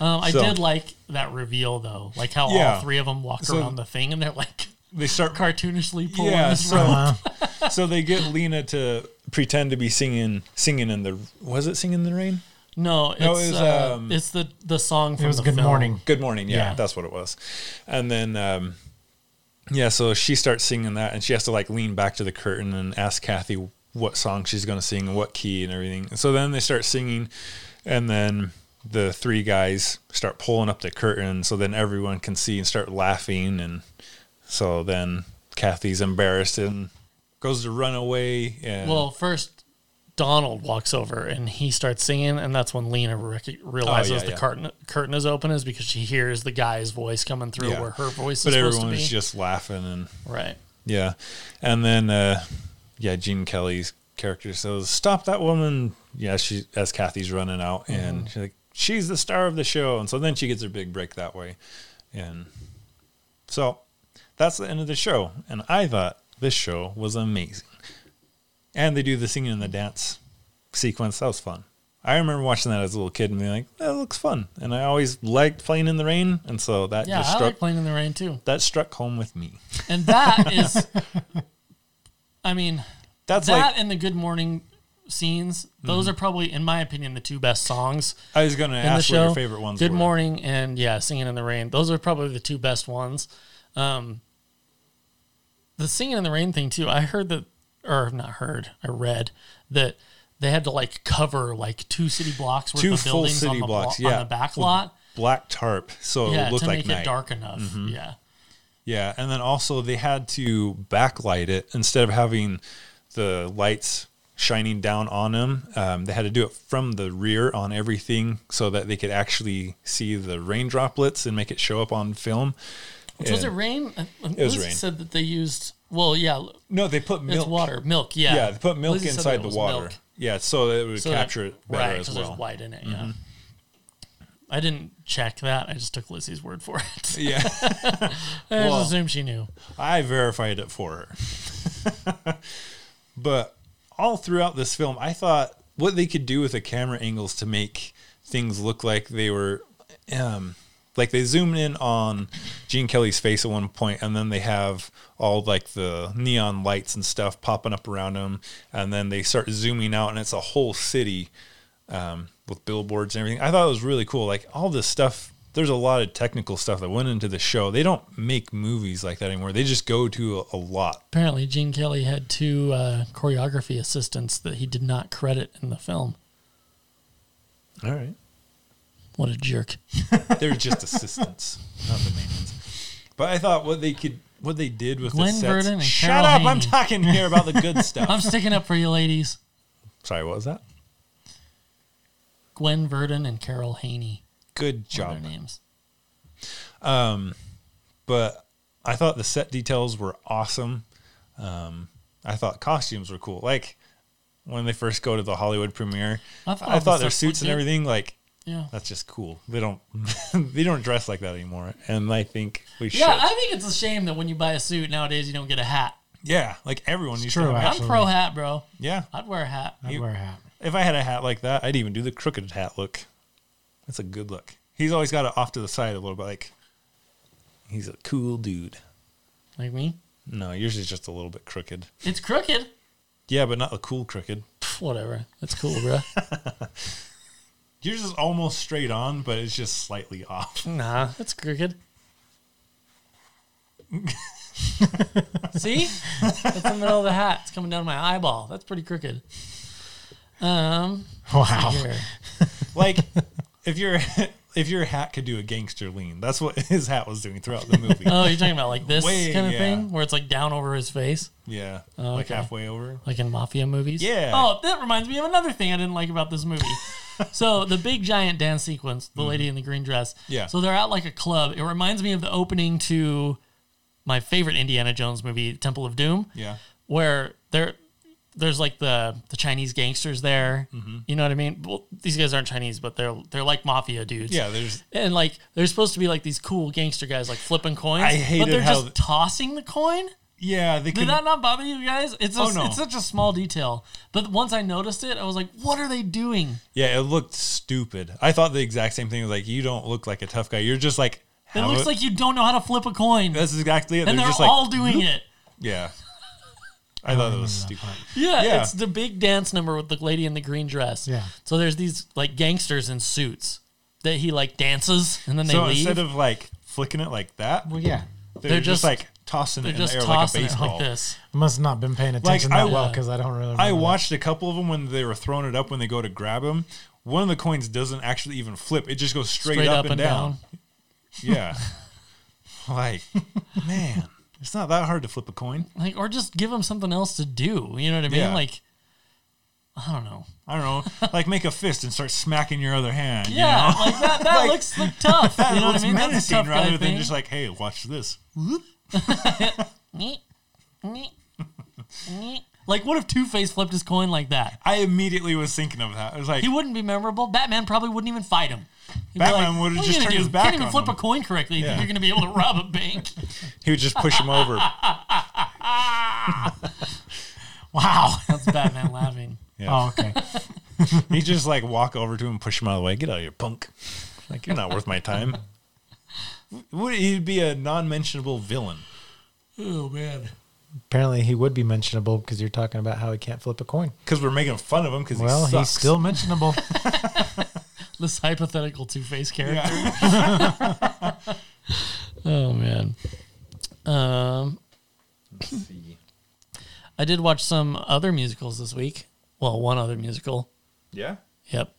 C: Um, I
B: So-
C: did like that reveal though, like how all
B: Yeah.
C: three of them walk
B: So-
C: around the thing and they're like
B: They start
C: cartoonishly pulling
B: yeah,
C: this
B: so
C: rope.
B: so they get Lena to pretend to be singing singing in the was it singing in the rain?
C: No, it's
B: No, it was,
C: uh,
B: um,
C: it's the the song
A: (laughs)
C: from
A: It was
C: the
A: Good
C: film.
A: Morning.
B: Good morning, yeah,
A: Yeah.
B: that's what it was. And then um yeah, so she starts singing that and she has to like lean back to the curtain and ask Kathy what song she's going to sing and what key and everything. So then they start singing and then the three guys start pulling up the curtain so then everyone can see and start laughing and so then Kathy's embarrassed and goes to run away and
C: Well, first Donald walks over and he starts singing, and that's when Lena rec- realizes
B: yeah,
C: the
B: yeah.
C: curtain curtain is open, is because she hears the guy's voice coming through
B: Yeah.
C: where her voice
B: but
C: is
B: everyone
C: supposed to be.
B: was just laughing and
C: right.
B: yeah and then uh yeah gene kelly's character says, "Stop that woman!" Yeah, she as Kathy's running
C: Mm-hmm.
B: out, and she's like, "She's the star of the show," and so then she gets her big break that way, and so that's the end of the show. And I thought this show was amazing, and they do the singing and the dance sequence. That was fun. I remember watching that as a little kid and being like, "That looks fun," and I always liked playing in the rain, and so that
C: Yeah,
B: just
C: I
B: struck
C: like playing in the rain too.
B: that struck home with me. (laughs)
C: And that is, I mean,
B: That's
C: that
B: like Mm-hmm.
C: and the Good Morning scenes, those are probably, in my opinion, the two best songs
B: I was going to
C: in the
B: ask what
C: show.
B: your favorite ones.
C: Good
B: were.
C: Morning and yeah, Singing in the Rain. Those are probably the two best ones. Um, the Singing in the Rain thing too. I heard that, or not heard. I read that they had to like cover like two city blocks worth
B: Two
C: of
B: full
C: buildings
B: city
C: on, the blo-
B: blocks,
C: on
B: yeah.
C: the back
B: Well,
C: lot.
B: black tarp, so
C: yeah,
B: it looked
C: to
B: like
C: make
B: night. Mm-hmm.
C: it dark enough. Yeah.
B: Yeah, and then also they had to backlight it instead of having the lights shining down on them. Um, they had to do it from the rear on everything so that they could actually see the rain droplets and make it show up on film.
C: Which was it
B: And-
C: rain? It
B: was rain.
C: Said that they used. Well, yeah, l-
B: No, they put milk.
C: it's water, milk. Yeah,
B: Yeah. they put milk
C: Lizzie said that
B: inside
C: it
B: the
C: was
B: water.
C: milk,
B: Yeah, so that it would
C: so that-
B: capture it better
C: right,
B: as
C: 'cause
B: well. Mm-hmm.
C: there's white in it. Yeah. I didn't check that. I just took Lizzie's word for it.
B: Yeah.
C: (laughs) I
B: Well-
C: just assumed she knew.
B: I verified it for her. (laughs) but all throughout this film, I thought what they could do with the camera angles to make things look like they were, um, like they zoomed in on Gene Kelly's face at one point, and then they have all like the neon lights and stuff popping up around him, and then they start zooming out, and it's a whole city um, with billboards and everything. I thought it was really cool. Like all this stuff, there's a lot of technical stuff that went into the show. They don't make movies like that anymore. They just go to a, a lot.
C: Apparently, Gene Kelly had two uh, choreography assistants that he did not credit in the film.
B: All right.
C: What a jerk!
B: They're
C: (laughs)
B: just assistants, not the mains. But I thought what they could, what they did with
C: Glenn
B: the sets.
C: Verdon and
B: shut
C: Carol
B: up! I'm
C: Haney.
B: talking here about the
C: (laughs)
B: good
C: I'm
B: stuff.
C: sticking up for you, ladies.
B: Sorry, what was that?
C: Gwen Verdon and Carol Haney.
B: Good
C: were
B: job.
C: Their names.
B: but I thought the set details were awesome. Um, I thought costumes were cool. Like when they first go to the Hollywood premiere,
C: I
B: I
C: thought
B: thought,
C: all the
B: their
C: sets
B: suits
C: looked
B: and
C: good.
B: everything like
C: Yeah.
B: that's just cool. They don't (laughs) they don't dress like that anymore, and I think we should.
C: Yeah, I think it's a shame that when you buy a suit nowadays, you don't get a hat.
B: yeah, like everyone used
A: true,
B: to. Have a hat.
A: actually.
C: I'm pro hat, bro.
B: Yeah,
C: I'd wear a hat.
A: I'd
B: You-
A: wear a hat.
B: if I had a hat like that, I'd even do the crooked hat look. That's a good look. He's always got it off to the side a little bit. Like he's a cool dude.
C: Like me?
B: No, yours is just a little bit crooked.
C: It's crooked.
B: Yeah, but not a cool crooked.
C: Pff, Whatever. That's cool, bro.
B: Yours is almost straight on, but it's just slightly off. (laughs)
C: nah, that's crooked. (laughs) See? That's the middle of the hat. It's coming down my eyeball. That's pretty crooked. Um,
A: Wow.
B: (laughs)
A: (laughs)
C: here.
B: Like if your (laughs) if your hat could do a gangster lean, that's what (laughs) his hat was doing throughout the movie.
C: (laughs) Oh, you're talking about like this
B: Way,
C: kind of
B: yeah.
C: thing where it's like down over his face,
B: yeah,
C: Oh,
B: like
C: okay.
B: halfway over.
C: like in mafia movies.
B: Yeah.
C: Oh, that reminds me of another thing I didn't like about this
B: (laughs)
C: movie. so the big giant dance sequence, the lady in the green dress.
B: Mm. Yeah.
C: So they're at like a club. It reminds me of the opening to my favorite Indiana Jones movie, Temple of Doom.
B: Yeah,
C: where there there's like the the Chinese gangsters there.
B: Mm-hmm.
C: You know what I mean? Well, these guys aren't Chinese, but they're they're like mafia dudes.
B: yeah. There's
C: And like they're supposed to be like these cool gangster guys, like flipping coins.
B: I
C: but
B: hated
C: they're
B: how
C: just
B: th-
C: tossing the coin.
B: yeah. They
C: Did
B: could.
C: that not bother you guys? It's a,
B: Oh, no.
C: it's such a small detail, but once I noticed it, I was like, "What are they doing?"
B: yeah, it looked stupid. I thought the exact same thing. Like you don't look like a tough guy. You're just like.
C: It
B: how
C: looks like you don't know how to flip a coin,
B: (laughs) that's exactly it.
C: and they're
B: just like,
C: all doing Oh, it.
B: yeah. I thought that was stupid.
C: Yeah,
B: Yeah.
C: it's the big dance number with the lady in the green dress.
A: Yeah.
C: So there's these like gangsters in suits that he like dances and then they
B: So
C: leave.
B: instead of like flicking it like that,
A: Well, yeah.
B: they're,
C: they're
B: just,
C: just-
B: like tossing it
C: They're
B: in
C: just
B: the air like a
C: tossing it
B: baseball.
C: like this.
A: Must not been paying attention
B: I-
A: that well because I don't really. Remember
B: I
A: that.
B: watched a couple of them when they were throwing it up when they go to grab them. One of the coins doesn't actually even flip; it just goes straight,
C: Straight
B: up, and down.
C: (laughs)
B: Yeah, like man, it's not that hard to flip a coin.
C: Like or just give them something else to do. You know what I mean?
B: Yeah.
C: Like I don't know.
B: I don't
C: (laughs)
B: know, like make a fist and start smacking your other hand. you
C: Yeah,
B: know?
C: like that that
B: (laughs) Like,
C: looks look tough.
B: that
C: you know
B: looks
C: what I mean? That's a
B: menacing
C: tough guy
B: rather than
C: thing.
B: just like, hey, watch this.
C: Neat. Neat. Neat. Like, what if Two Face flipped his coin like that?
B: I immediately was thinking of that. I was like,
C: He wouldn't be memorable. Batman probably wouldn't even fight him. He'd be
B: Batman
C: like,
B: would've
C: "What are you
B: just
C: gonna
B: turned
C: do?
B: his back
C: Can't even
B: on
C: flip
B: him."
C: a coin correctly. You
B: Yeah.
C: think you're going to be able to rob a
B: (laughs)
C: bank?
B: he would just push him (laughs) over.
A: Wow.
C: That's
B: (laughs)
C: Batman laughing.
B: Yeah.
A: Oh, okay.
B: He'd just like walk over to him, push him out of the way. Get out of here, punk. Like, you're not worth my time. (laughs) Would He'd be a non mentionable villain.
C: (laughs) Oh man.
A: Apparently, he would be mentionable because you're talking about how he can't flip a coin.
B: Because we're making fun of him because
A: Well,
B: he sucks.
A: he's still mentionable.
C: This hypothetical Two Face character.
B: (laughs) Yeah.
C: Oh man. Um, I did watch some other musicals this week. Well, one other musical.
B: yeah.
C: Yep.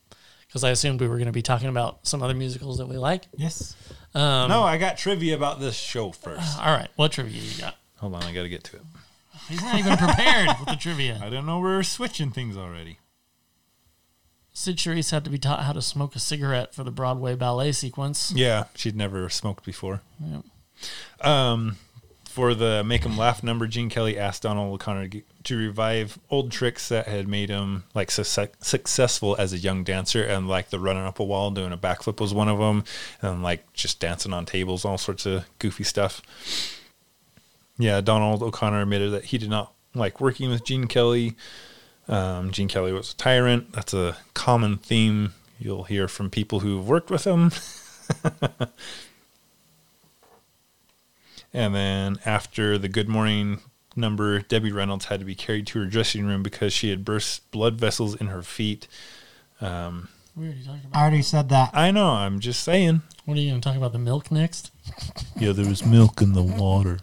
C: Because I assumed we were going to be talking about some other musicals that we like.
A: yes.
B: No, I got trivia about this show first.
C: All right. What trivia you got?
B: Hold on, I got to get to it.
C: He's not even prepared with the
B: (laughs)
C: trivia.
B: I don't know. We're switching things already.
C: Sid Charisse had to be taught how to smoke a cigarette for the Broadway ballet sequence.
B: Yeah, she'd never smoked before.
C: Yep.
B: Um, for the make 'em laugh number, Gene Kelly asked Donald O'Connor to- to revive old tricks that had made him like suce- successful as a young dancer, and like the running up a wall, doing a backflip was one of them, and like just dancing on tables, all sorts of goofy stuff. Yeah, Donald O'Connor admitted that he did not like working with Gene Kelly. Um, Gene Kelly was a tyrant. That's a common theme you'll hear from people who've worked with him. (laughs) And then after the good morning number, Debbie Reynolds had to be carried to her dressing room because she had burst blood vessels in her feet.
C: We already talked
A: (laughs)
C: about.
A: I already said that.
B: I know, I'm just saying.
C: What are you going to talk about? The milk next?
B: Yeah, there was milk in the water.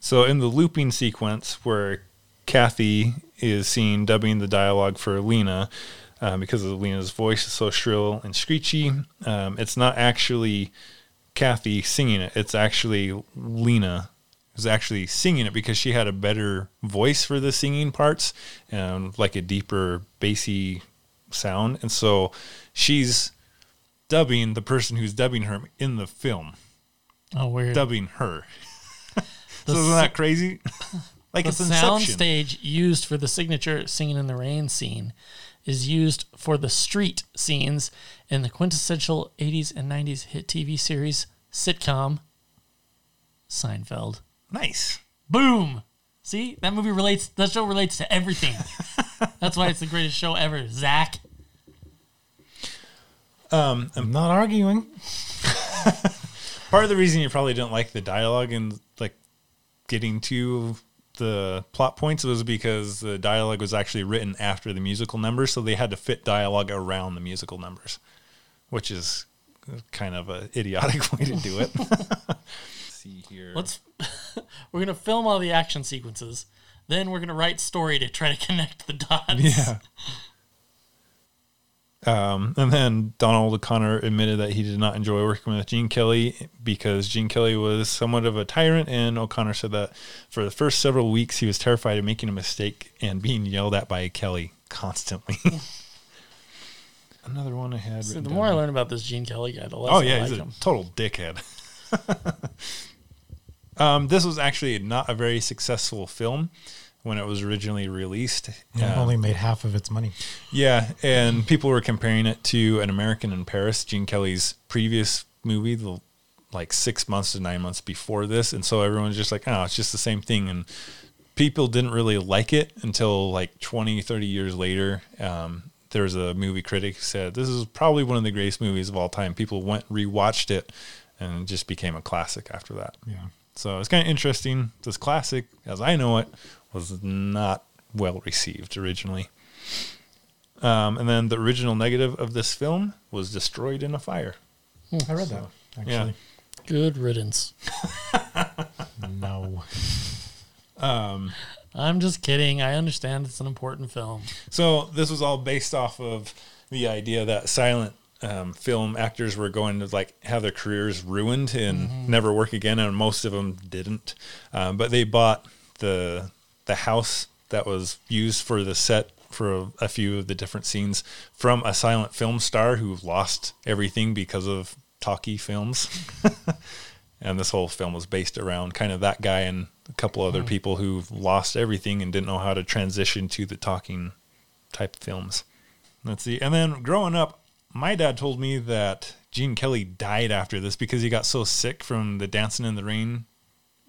B: So in the looping sequence where Kathy is seen dubbing the dialogue for Lena, uh, because of Lena's voice is so shrill and screechy, um, it's not actually Kathy singing it. It's actually Lena who's actually singing it because she had a better voice for the singing parts and like a deeper bassy sound, and so she's dubbing the person who's dubbing her in the film
C: Oh, weird.
B: dubbing her.
C: The
B: so isn't
C: s-
B: that crazy? (laughs) like
C: The
B: it's Inception.
C: soundstage used for the signature singing in the rain scene is used for the street scenes in the quintessential 80s and 90s hit TV series sitcom Seinfeld.
B: Nice.
C: Boom. See, that movie relates, that show relates
B: (laughs)
C: to everything. That's why it's the greatest show ever. Zach.
A: I'm not arguing.
B: Part of the reason you probably didn't like the dialogue and like getting to the plot points was because the dialogue was actually written after the musical numbers, so they had to fit dialogue around the musical numbers, which is kind of a idiotic (laughs) way to do it. (laughs) see here.
C: Let's, (laughs) we're going to film all the action sequences. Then we're going to write story to try to connect the dots.
B: Yeah. Um, and then Donald O'Connor admitted that he did not enjoy working with Gene Kelly because Gene Kelly was somewhat of a tyrant, and O'Connor said that for the first several weeks he was terrified of making a mistake and being yelled at by Kelly constantly. (laughs) Another one I had.
C: So
B: written
C: the more I
B: down.
C: learn about this Gene Kelly guy, the less
B: Oh
C: I
B: yeah,
C: like
B: he's a
C: him.
B: total dickhead. (laughs) um, this was actually not a very successful film when it was originally released.
A: It
B: Um,
A: only made half of its money.
B: yeah, and people were comparing it to An American in Paris, Gene Kelly's previous movie, the like six months to nine months before this, and so everyone's just like, oh, it's just the same thing, and people didn't really like it until like 20, 30 years later. Um, there was a movie critic who said this is probably one of the greatest movies of all time. People went rewatched it, and it just became a classic after that.
A: Yeah.
B: So it's kind of interesting. This classic, as I know it, was not well received originally. Um, and then the original negative of this film was destroyed in a fire.
A: I read that,
B: Yeah.
A: actually.
C: Good riddance.
A: No.
C: I'm just kidding. I understand it's an important film.
B: So this was all based off of the idea that silent um, film actors were going to like have their careers ruined and never work again, and most of them didn't. Um, but they bought the the house that was used for the set for a, a few of the different scenes from a silent film star who lost everything because of (laughs) talkie films. and this whole film was based around kind of that guy and couple other
A: Hmm.
B: people who've lost everything and didn't know how to transition to the talking type films. Let's see. And then growing up, my dad told me that Gene Kelly died after this because he got so sick from the dancing in the rain.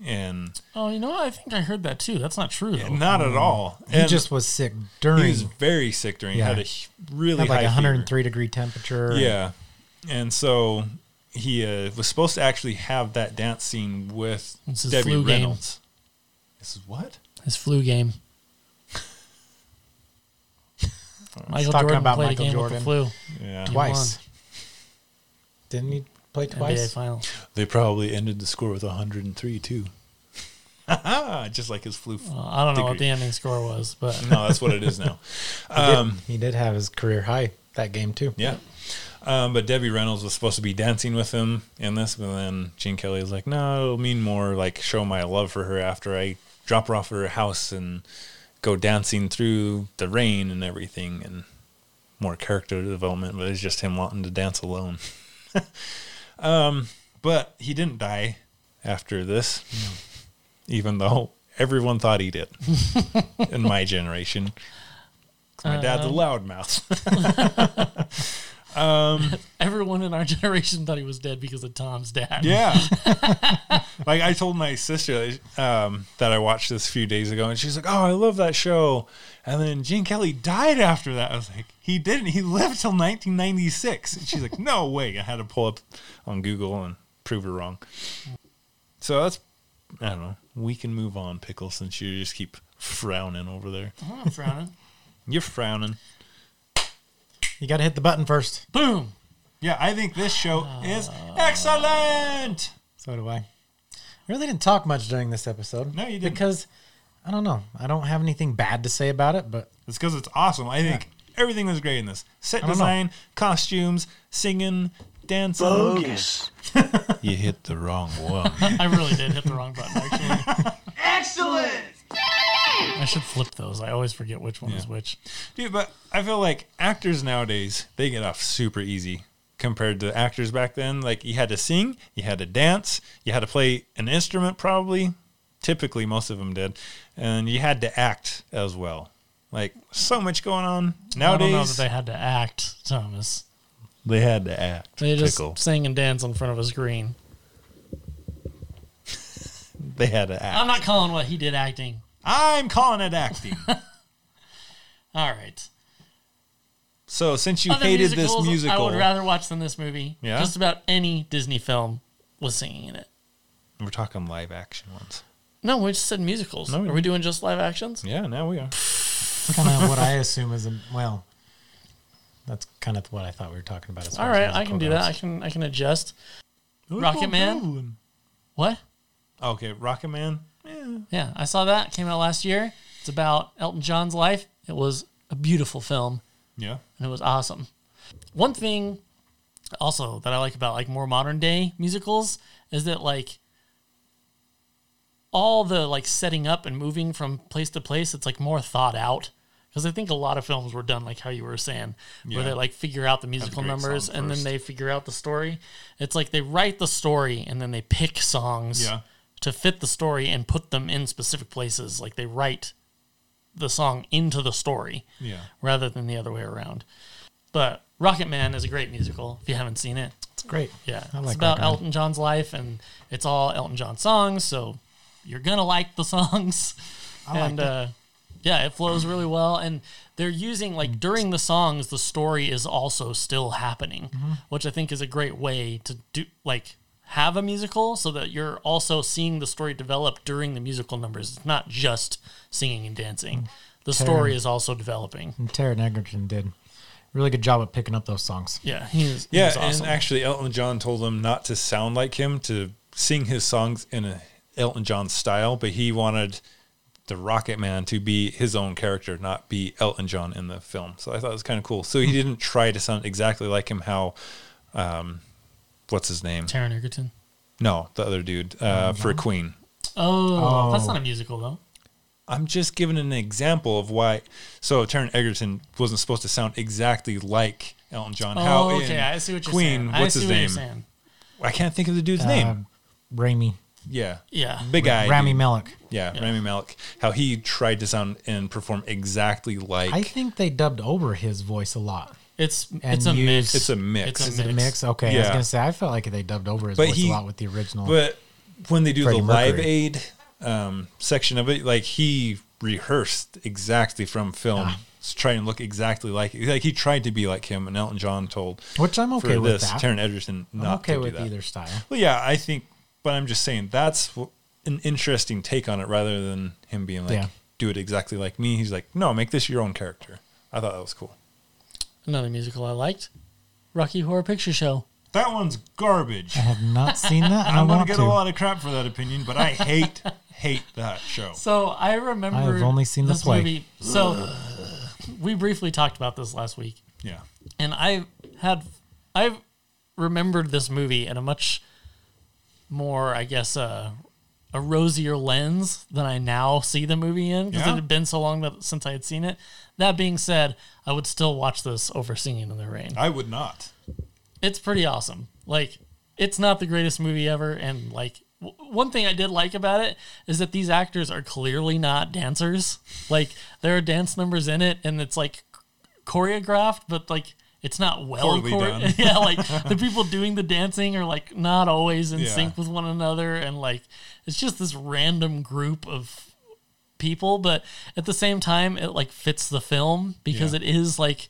B: And
C: Oh, you know what? I think I heard that too. That's not true though.
B: not at all.
A: Oh. Hmm. He
B: And
A: just was sick
B: he
A: during
B: was very sick during.
A: Yeah.
B: He had a h- really
A: had like
B: high
A: 103
B: fever.
A: degree temperature.
B: Yeah. And so he uh, was supposed to actually have that dance scene with
C: It's his
B: Debbie
C: flu game.
B: Reynolds. This is what?
C: His
B: (laughs)
C: flu game. Michael
A: talking
C: Jordan
A: about
C: played
A: Michael
C: a game
A: Jordan.
C: with the flu.
B: Yeah.
A: twice.
C: He
A: Didn't he play
C: NBA
A: twice?
C: Finals.
B: They probably ended the score with 103 too. (laughs) Just like his flu.
C: Well, I don't know what
B: Degree.
C: the ending score was, but
B: (laughs) No, that's what it is
C: (laughs)
B: now.
A: he did have his career high that game too.
B: Yeah. Um, but Debbie Reynolds was supposed to be dancing with him in this, but then Gene Kelly was like, "No, it'll mean more like show my love for her after I drop her off at her house and go dancing through the rain and everything, and more character development." But it's just him wanting to dance alone. (laughs) um, but he didn't die after this, even though everyone thought he did in my generation. 'Cause My dad's a loudmouth.
C: everyone in our (laughs) generation thought he was dead because of Tom's
B: (laughs)
C: dad.
B: Yeah. like I told my sister um, that I watched this a few days ago, and she's like, "Oh, I love that show." And then Gene Kelly died after that. I was like, "He didn't. He lived till 1996." And she's like, "No way." I had to pull up on Google and prove her wrong. So that's I don't know. We can move on, pickle, since you just keep frowning over there.
C: I'm not frowning.
B: You're frowning.
A: You got to hit the button first.
C: Boom.
B: Yeah, I think this show is excellent.
A: So do I. We really didn't talk much during this episode.
B: No, you didn't.
A: Because I don't know. I don't have anything bad to say about it, but
B: It's because it's awesome. I think everything was great in this set
A: I don't know.
B: design, costumes, singing, dancing. (laughs)
D: Bogus.
B: You hit the wrong one.
C: I really did hit the wrong button. Actually,
D: Excellent.
C: I should flip those. I always forget which one is which.
B: Dude, but I feel like actors nowadays, they get off super easy compared to actors back then. Like you had to sing, you had to dance, you had to play an instrument probably. Typically most of them did. And you had to act as well. Like so much going on
C: I don't know
B: nowadays.
C: that they had to act, Thomas.
B: they, had to act.
C: They just
B: Pickle.
C: sang and dance in front of a screen.
B: they had to act.
C: I'm not calling what he did acting.
B: I'm calling it acting.
C: All right.
B: So since you
C: Other
B: hated this
C: musicals,
B: musical,
C: I would rather watch than this movie.
B: Yeah?
C: Just about any Disney film with singing in it.
B: we're talking live action ones.
C: No, we just said musicals.
B: No, we
C: Are we doing just live actions?
B: Yeah, now we are.
A: kind of what I assume is a well. That's kind of what I thought we were talking about. As
C: All
A: far as
C: right, I
A: musical
C: can do that. I
A: goes.
C: can I can adjust. Rocket Man? What?
B: Okay, Rocket Man. Yeah.
C: Yeah, I saw that. Came out last year. It's about Elton John's life. It was a beautiful film.
B: Yeah.
C: and it was awesome. One thing also that I like about like more modern day musicals is that like all the like setting up and moving from place to place, it's like more thought out. Because I think a lot of films were done like how you were saying,
B: Yeah.
C: where they like figure out the musical
B: great
C: numbers
B: song
C: and then
B: first.
C: they figure out the story. It's like they write the story and then they pick songs
B: Yeah.
C: to fit the story and put them in specific places. Like they write the song into the story
B: Yeah.
C: rather than the other way around. But Rocket Man is a great musical if you haven't seen it.
A: It's great.
C: Yeah,
A: I
C: it's
A: like
C: about
A: about
C: Elton John's life and it's all Elton John songs, so you're gonna like the (laughs) songs.
A: like
C: and uh, yeah, it flows really well, and they're using like during the songs, the story is also still happening,
A: Mm-hmm.
C: which I think is a great way to do like have a musical so that you're also seeing the story develop during the musical numbers. It's not just singing and
A: Mm.
C: dancing. The story is also developing.
A: And Taron Egerton did a really good job at picking up those songs.
C: Yeah, he is. he
B: Yeah,
C: is awesome.
B: and actually Elton John told him not to sound like him, to sing his songs in a Elton John style, but he wanted the Rocket Man to be his own character, not be Elton John in the film. So I thought it was kind of cool.
C: (laughs)
B: So he didn't try to sound exactly like him how um what's his name?
C: Taron Egerton.
B: No, the other dude uh, for Queen.
C: Oh,
A: Oh.
C: that's not a musical though.
B: I'm just giving an example of why. So Taron Egerton wasn't supposed to sound exactly like Elton John. How
C: oh, okay,
B: in
C: I see what you're
B: Queen,
C: saying.
B: what's
C: I see
B: his
C: what
B: name?
C: You're saying.
B: I can't think of the dude's
A: Uh,
B: name.
A: Raimi.
B: yeah,
C: Yeah.
B: big guy,
A: Rami
B: dude.
A: Malek.
B: yeah, Rami Malek, how he tried to sound and perform exactly like
A: I think they dubbed over his voice a lot.
C: It's
A: And
C: it's a
A: use-
C: mix.
B: It's a mix.
A: Is it a mix? Okay, I was
B: Yeah.
A: gonna say I felt like they dubbed over his
B: But
A: voice
B: he-
A: a lot with the original.
B: But when they do
A: Freddie
B: the Live
A: Mercury.
B: Aid um, section of it, like he rehearsed exactly from film to try and look exactly like like he tried to be like him. And Elton John told
A: Which I'm okay
B: for
A: with
B: this
A: that.
B: Taron Edgerton not
A: I'm okay
B: to do
A: with
B: that.
A: either style.
B: Well, yeah, I think, but I'm just saying that's w- an interesting take on it rather than him being like,
A: Yeah.
B: do it exactly like me. He's like, no, make this your own character. I thought that was cool.
C: Another musical I liked, Rocky Horror Picture Show.
B: That one's garbage.
A: I
B: (laughs)
A: have not seen that. and I
B: I'm going
A: want
B: to get
A: to.
B: a lot of crap for that opinion, but I
C: (laughs)
B: hate, hate that show.
C: So I remember.
A: only seen the
C: this
A: play.
C: movie. So (sighs) we briefly talked about this last week,
B: Yeah.
C: and I had I remembered this movie in a much more, I guess, uh, a rosier lens than I now see the movie in because
B: Yeah.
C: it had been so long that, since I had seen it. That being said, I would still watch this over Singing in the Rain.
B: I would not.
C: it's pretty awesome. Like, it's not the greatest movie ever, and like w- one thing I did like about it is that these actors are clearly not dancers. Like, there are dance numbers in it, and it's like choreographed, but like it's not well
B: Poorly
C: chore-
B: done.
C: (laughs)
B: (laughs)
C: yeah, like the people doing the dancing are like not always in
B: Yeah.
C: sync with one another, and like it's just this random group of people but at the same time it like fits the film because
B: Yeah.
C: it is like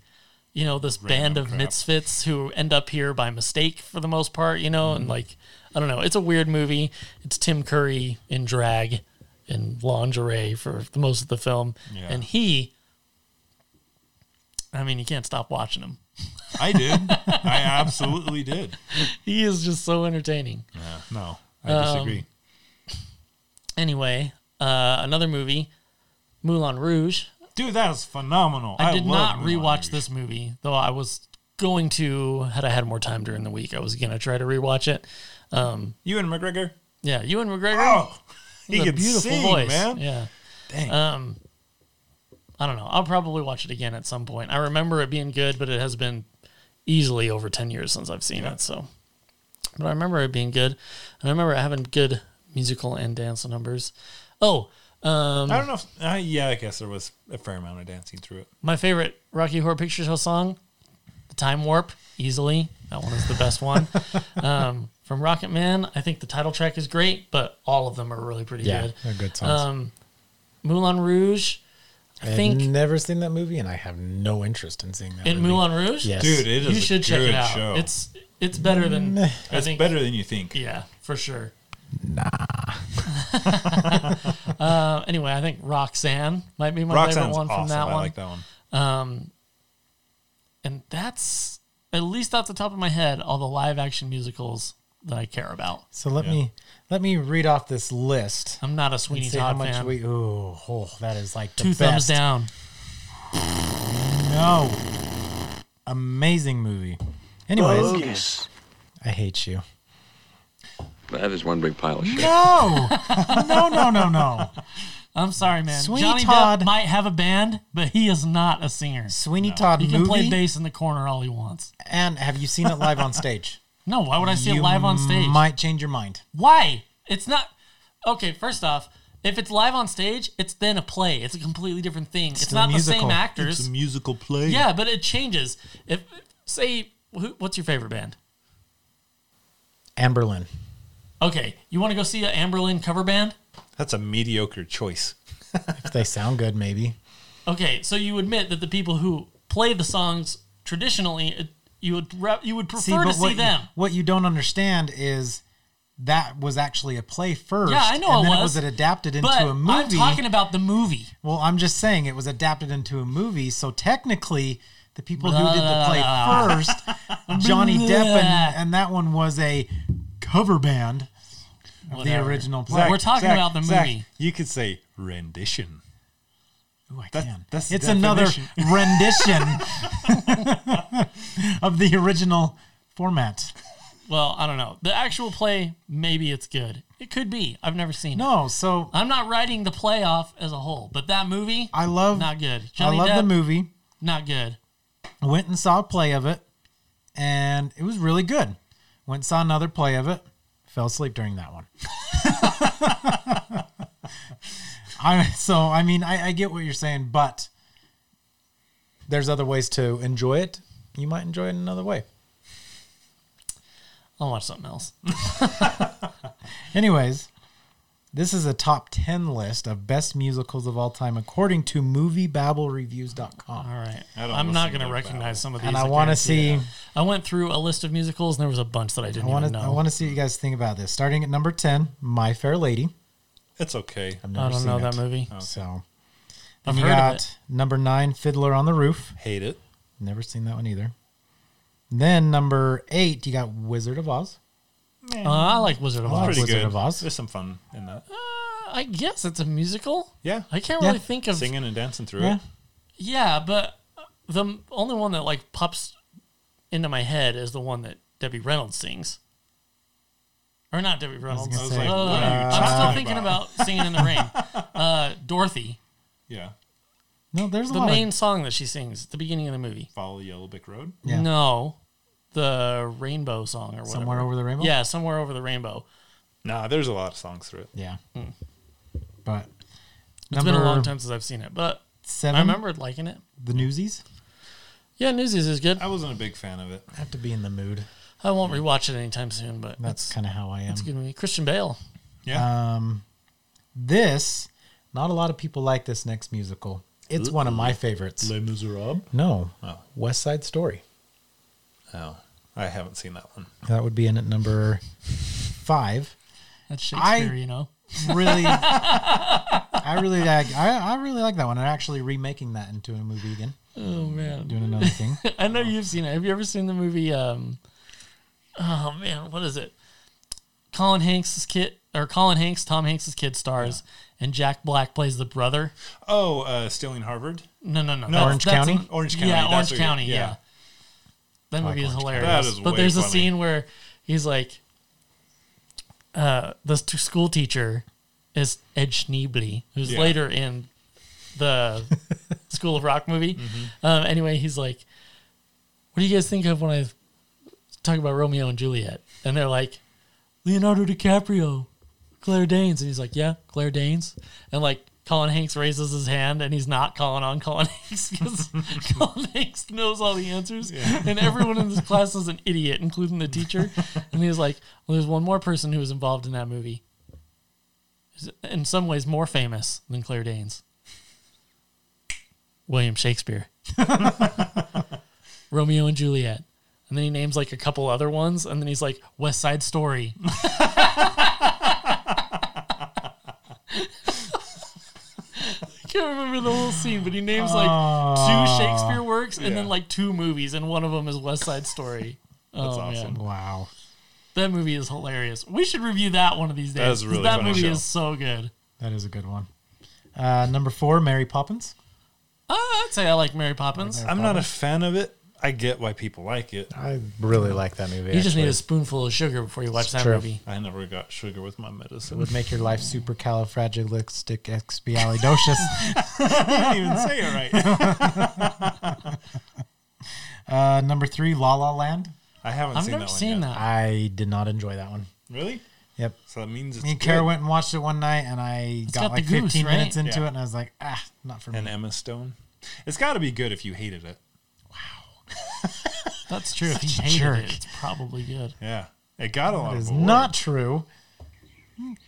C: you know this band of
B: crap.
C: misfits who end up here by mistake for the most part you know
B: Mm-hmm.
C: and like i don't know it's a weird movie it's tim curry in drag in lingerie for the most of the film
B: Yeah.
C: and he i mean you can't stop watching him
B: I did. I absolutely did.
C: he is just so entertaining
B: No, I
C: Um,
B: disagree.
C: anyway uh another movie moulin rouge
B: Dude, that is phenomenal.
C: I, did
B: love
C: not
B: Moulin
C: rewatch
B: Rouge.
C: this movie, though I was going to, had I had more time during the week, I was going to try to rewatch it.
B: You and McGregor.
C: Yeah, Ewan McGregor.
B: Oh,
C: with
B: he
C: a
B: can
C: beautiful
B: sing,
C: voice.
B: man.
C: Yeah.
B: Dang.
C: Um, I don't know. I'll probably watch it again at some point. I remember it being good, but it has been easily over 10 years since I've seen it. So, but I remember it being good. And I remember it having good musical and dance numbers. Oh, um,
B: I don't know. If, uh, yeah, I guess there was a fair amount of dancing through it.
C: my favorite Rocky Horror Picture Show song, "The Time Warp," easily. That one is the
B: (laughs)
C: best one. um, from Rocket Man, I think the title track is great, but all of them are really pretty
A: yeah,
C: good.
A: they're good songs.
C: Um, Moulin Rouge, I
A: I've
C: think
A: never seen that movie, and I have no interest in seeing that.
C: in
A: movie.
C: Moulin Rouge.
A: Yes. Mm,
B: Dude, it is
C: you should
B: a
C: check
B: good
C: it out.
B: show. It's,
C: It's it's better than
A: eh.
C: I think.
B: better than you think.
C: Yeah, for sure. Nah. (laughs) uh, anyway, I think Roxanne might be my favorite
B: Roxanne's
C: one
B: awesome.
C: from that
B: I
C: one. Um,
B: like that one.
C: and that's at least off the top of my head all the live action musicals that I care about.
A: So let
B: Yeah.
A: me let me read off this list
C: I'm not a
A: and
C: Sweeney
A: see how
C: Todd
A: much
C: fan.
A: we. Ooh, oh, that is like the
C: Two thumbs
A: best.
C: down.
A: No, amazing movie. Anyways,
D: Bogus.
A: I hate you.
F: That is one big pile of shit.
A: No, (laughs) no, no, no, no.
C: I'm sorry, man.
A: Sweeney
C: Johnny
A: Todd-
C: Depp might have a band, but he is not a singer.
A: Sweeney Todd
C: He can
A: movie.
C: play bass in the corner all he wants.
A: and have you seen it live on
C: (laughs)
A: stage?
C: No, why would I see
A: you
C: it live on stage?
A: Might change your mind.
C: Why? It's not. Okay, first off, if it's live on stage, it's then a play. It's a completely different thing. It's,
A: still
C: not the
A: musical.
C: same actors.
B: It's a musical play.
C: Yeah, but it changes. If say, who, what's your favorite band?
A: Amberlin.
C: Okay, you want to go see a Amberlin cover band?
B: That's a mediocre choice.
A: If they sound good, maybe.
C: Okay, so you admit that the people who play the songs traditionally, it- you would re- you would prefer to
A: what
C: see
A: you-
C: them.
A: what you don't understand is that was actually a play first.
C: Yeah, I know
A: and
C: it
A: then
C: was,
A: it was adapted into
C: But
A: a movie.
C: I'm talking about the movie.
A: well, I'm just saying it was adapted into a movie. So technically, the people who did the
C: (laughs)
A: play first, Johnny Depp, and, and that one was a cover band of
C: Whatever.
A: the original play.
C: Zach, we're talking about the movie.
B: You could say rendition.
A: Ooh, I
B: That-
A: can.
B: that's the
A: it's another
B: definition.
A: (laughs) rendition of the original format.
C: Well, I don't know. The actual play, maybe it's good. It could be. I've never seen it.
A: No, so
C: I'm not writing the play off as a whole, but that movie,
A: I love
C: not good.
A: I
C: Johnny
A: love
C: Depp,
A: the movie.
C: not good.
A: I went and saw a play of it, and it was really good. Went and saw another play of it, Fell asleep during that one. (laughs) I so I mean I, I get what you're saying, but there's other ways to enjoy it. You might enjoy it another way.
C: I'll watch something else.
A: (laughs) Anyways, this is a top 10 list of best musicals of all time according to
C: All
A: moviebabbleReviews.com.
C: right.
B: I don't
C: I'm not
B: listen
C: going to
B: to
C: recognize some of these.
A: And I
C: I
A: wanna
C: guarantee it.
A: see-
C: I went through a list of musicals and there was a bunch that I didn't
A: I want
C: even
A: to
C: know.
A: I want to see what you guys think about this. Starting at number 10, My Fair Lady.
B: It's okay.
A: I've
C: I
A: never
C: don't
A: seen
C: know
A: it.
C: that movie.
A: So
C: I've
A: you
C: heard
A: got
C: of it.
A: number 9 Fiddler on the Roof.
B: Hate it.
A: Never seen that one either. Then number 8, you got Wizard of Oz.
C: Uh, I like Wizard of Oz.
A: Pretty
B: Pretty
A: Wizard
B: good.
A: of Oz.
B: There's some fun in that.
C: I guess it's a musical.
B: Yeah.
C: I can't
A: Yeah.
C: really think of.
B: Singing and dancing through
A: Yeah.
B: it.
C: Yeah, but the only one that like pops into my head is the one that Debbie Reynolds sings. Or not Debbie Reynolds.
A: gonna
B: say,
C: Uh,
B: what are you
C: I'm still
B: talking
C: thinking about
B: about?
C: singing in the rain.
A: (laughs)
C: Uh, Dorothy,
B: Yeah.
A: No, there's a
C: the
A: lot
C: main
A: of
C: song that she sings at the beginning of the movie.
B: Follow Yellow Brick Road.
A: Yeah.
C: No, the rainbow song or whatever.
A: Somewhere Over the Rainbow?
C: Yeah, somewhere over the rainbow.
B: Nah, there's a lot of songs through it.
A: Yeah. But
C: Hmm. It's been a long time since I've seen it, but
A: 7,
C: I remember liking it.
A: The Newsies.
C: Yeah, Newsies is good.
B: I wasn't a big fan of it.
A: I have to be in the mood.
C: I won't rewatch it anytime soon, but
A: That's kind of how I am.
C: it's a good movie. Christian Bale.
B: Yeah.
A: This, not a lot of people like this next musical. It's one of my favorites.
B: Les Miserables.
A: No,
C: Oh.
A: West Side Story.
B: Oh, I haven't seen that one.
A: That would be in at number five.
C: That's
A: I-
C: Shakespeare, you know. (laughs)
A: Really, I really like. I, I really like that one. They're actually remaking that into a movie again,
C: Oh man.
A: doing
C: (laughs)
A: another thing.
C: I know you've seen it. Have you ever seen the movie? Um, oh man, what is it? Colin Hanks' kid, or Colin Hanks, Tom Hanks' kid stars, and Jack Black plays the brother.
B: Oh, uh, Stealing Harvard.
C: No, no, no.
A: Orange County?
B: Orange County,
C: Yeah,
B: that's
C: Orange
B: what you're-
C: County. Yeah.
B: yeah.
C: That movie is
A: Orange County.
C: hilarious.
B: That is
C: but
B: way
C: there's a
B: funny.
C: scene where he's like, uh, the st- school teacher is Ed Schneebly, who's
B: Yeah.
C: later in the
B: (laughs)
C: School of Rock movie.
B: Mm-hmm.
C: Um, anyway, he's like, what do you guys think of when I talk about Romeo and Juliet? And they're like, Leonardo DiCaprio, Claire Danes. And he's like, yeah, Claire Danes. And like, Colin Hanks raises his hand and he's not calling on Colin Hanks because Colin Hanks knows all the answers. And everyone in this class is an idiot, including the teacher. And he's like, well, there's one more person who was involved in that movie. Is In some ways, more famous than Claire Danes. William Shakespeare. (laughs) Romeo and Juliet. And then he names like a couple other ones, and then he's like West Side Story. (laughs) I can't remember the whole scene, but he names like two Shakespeare works and then
B: yeah.
C: like two movies, and one of them is West Side Story.
B: That's
C: oh,
B: awesome.
C: Man.
A: Wow.
C: That movie is hilarious. We should review that one of these days.
B: That is a really
C: that
B: funny
C: movie
B: show.
C: is so good.
A: That is a good one. Uh, number four, Mary Poppins.
C: Uh, I'd say I like Mary Poppins.
B: I'm not a fan of it. I get why people like it.
A: I really like that movie.
C: You just need a spoonful of sugar before you watch that
A: true.
C: movie.
B: I never got sugar with my medicine.
A: would make your life super
C: (laughs)
A: califragilisticexpialidocious.
B: didn't even say it right.
A: uh, number three, La La Land.
B: I haven't
C: I've
B: seen
C: never
B: that one
C: seen
B: yet.
C: that.
A: I did not enjoy that one.
B: Really?
A: Yep.
B: So that means it's
A: Me and
B: good.
A: Kara went and watched it one night, and I got,
C: got the
A: like
C: goose,
A: 15
C: right?
A: minutes into
B: Yeah.
A: it, and I was like, ah, not for me.
B: and Emma Stone. It's got to be good if you hated it.
C: That's true. If
A: Such
C: you
A: a
C: hated
A: jerk.
C: it, it's probably good.
B: Yeah, it got a lot
A: That
B: of
A: is
B: awards.
A: not true.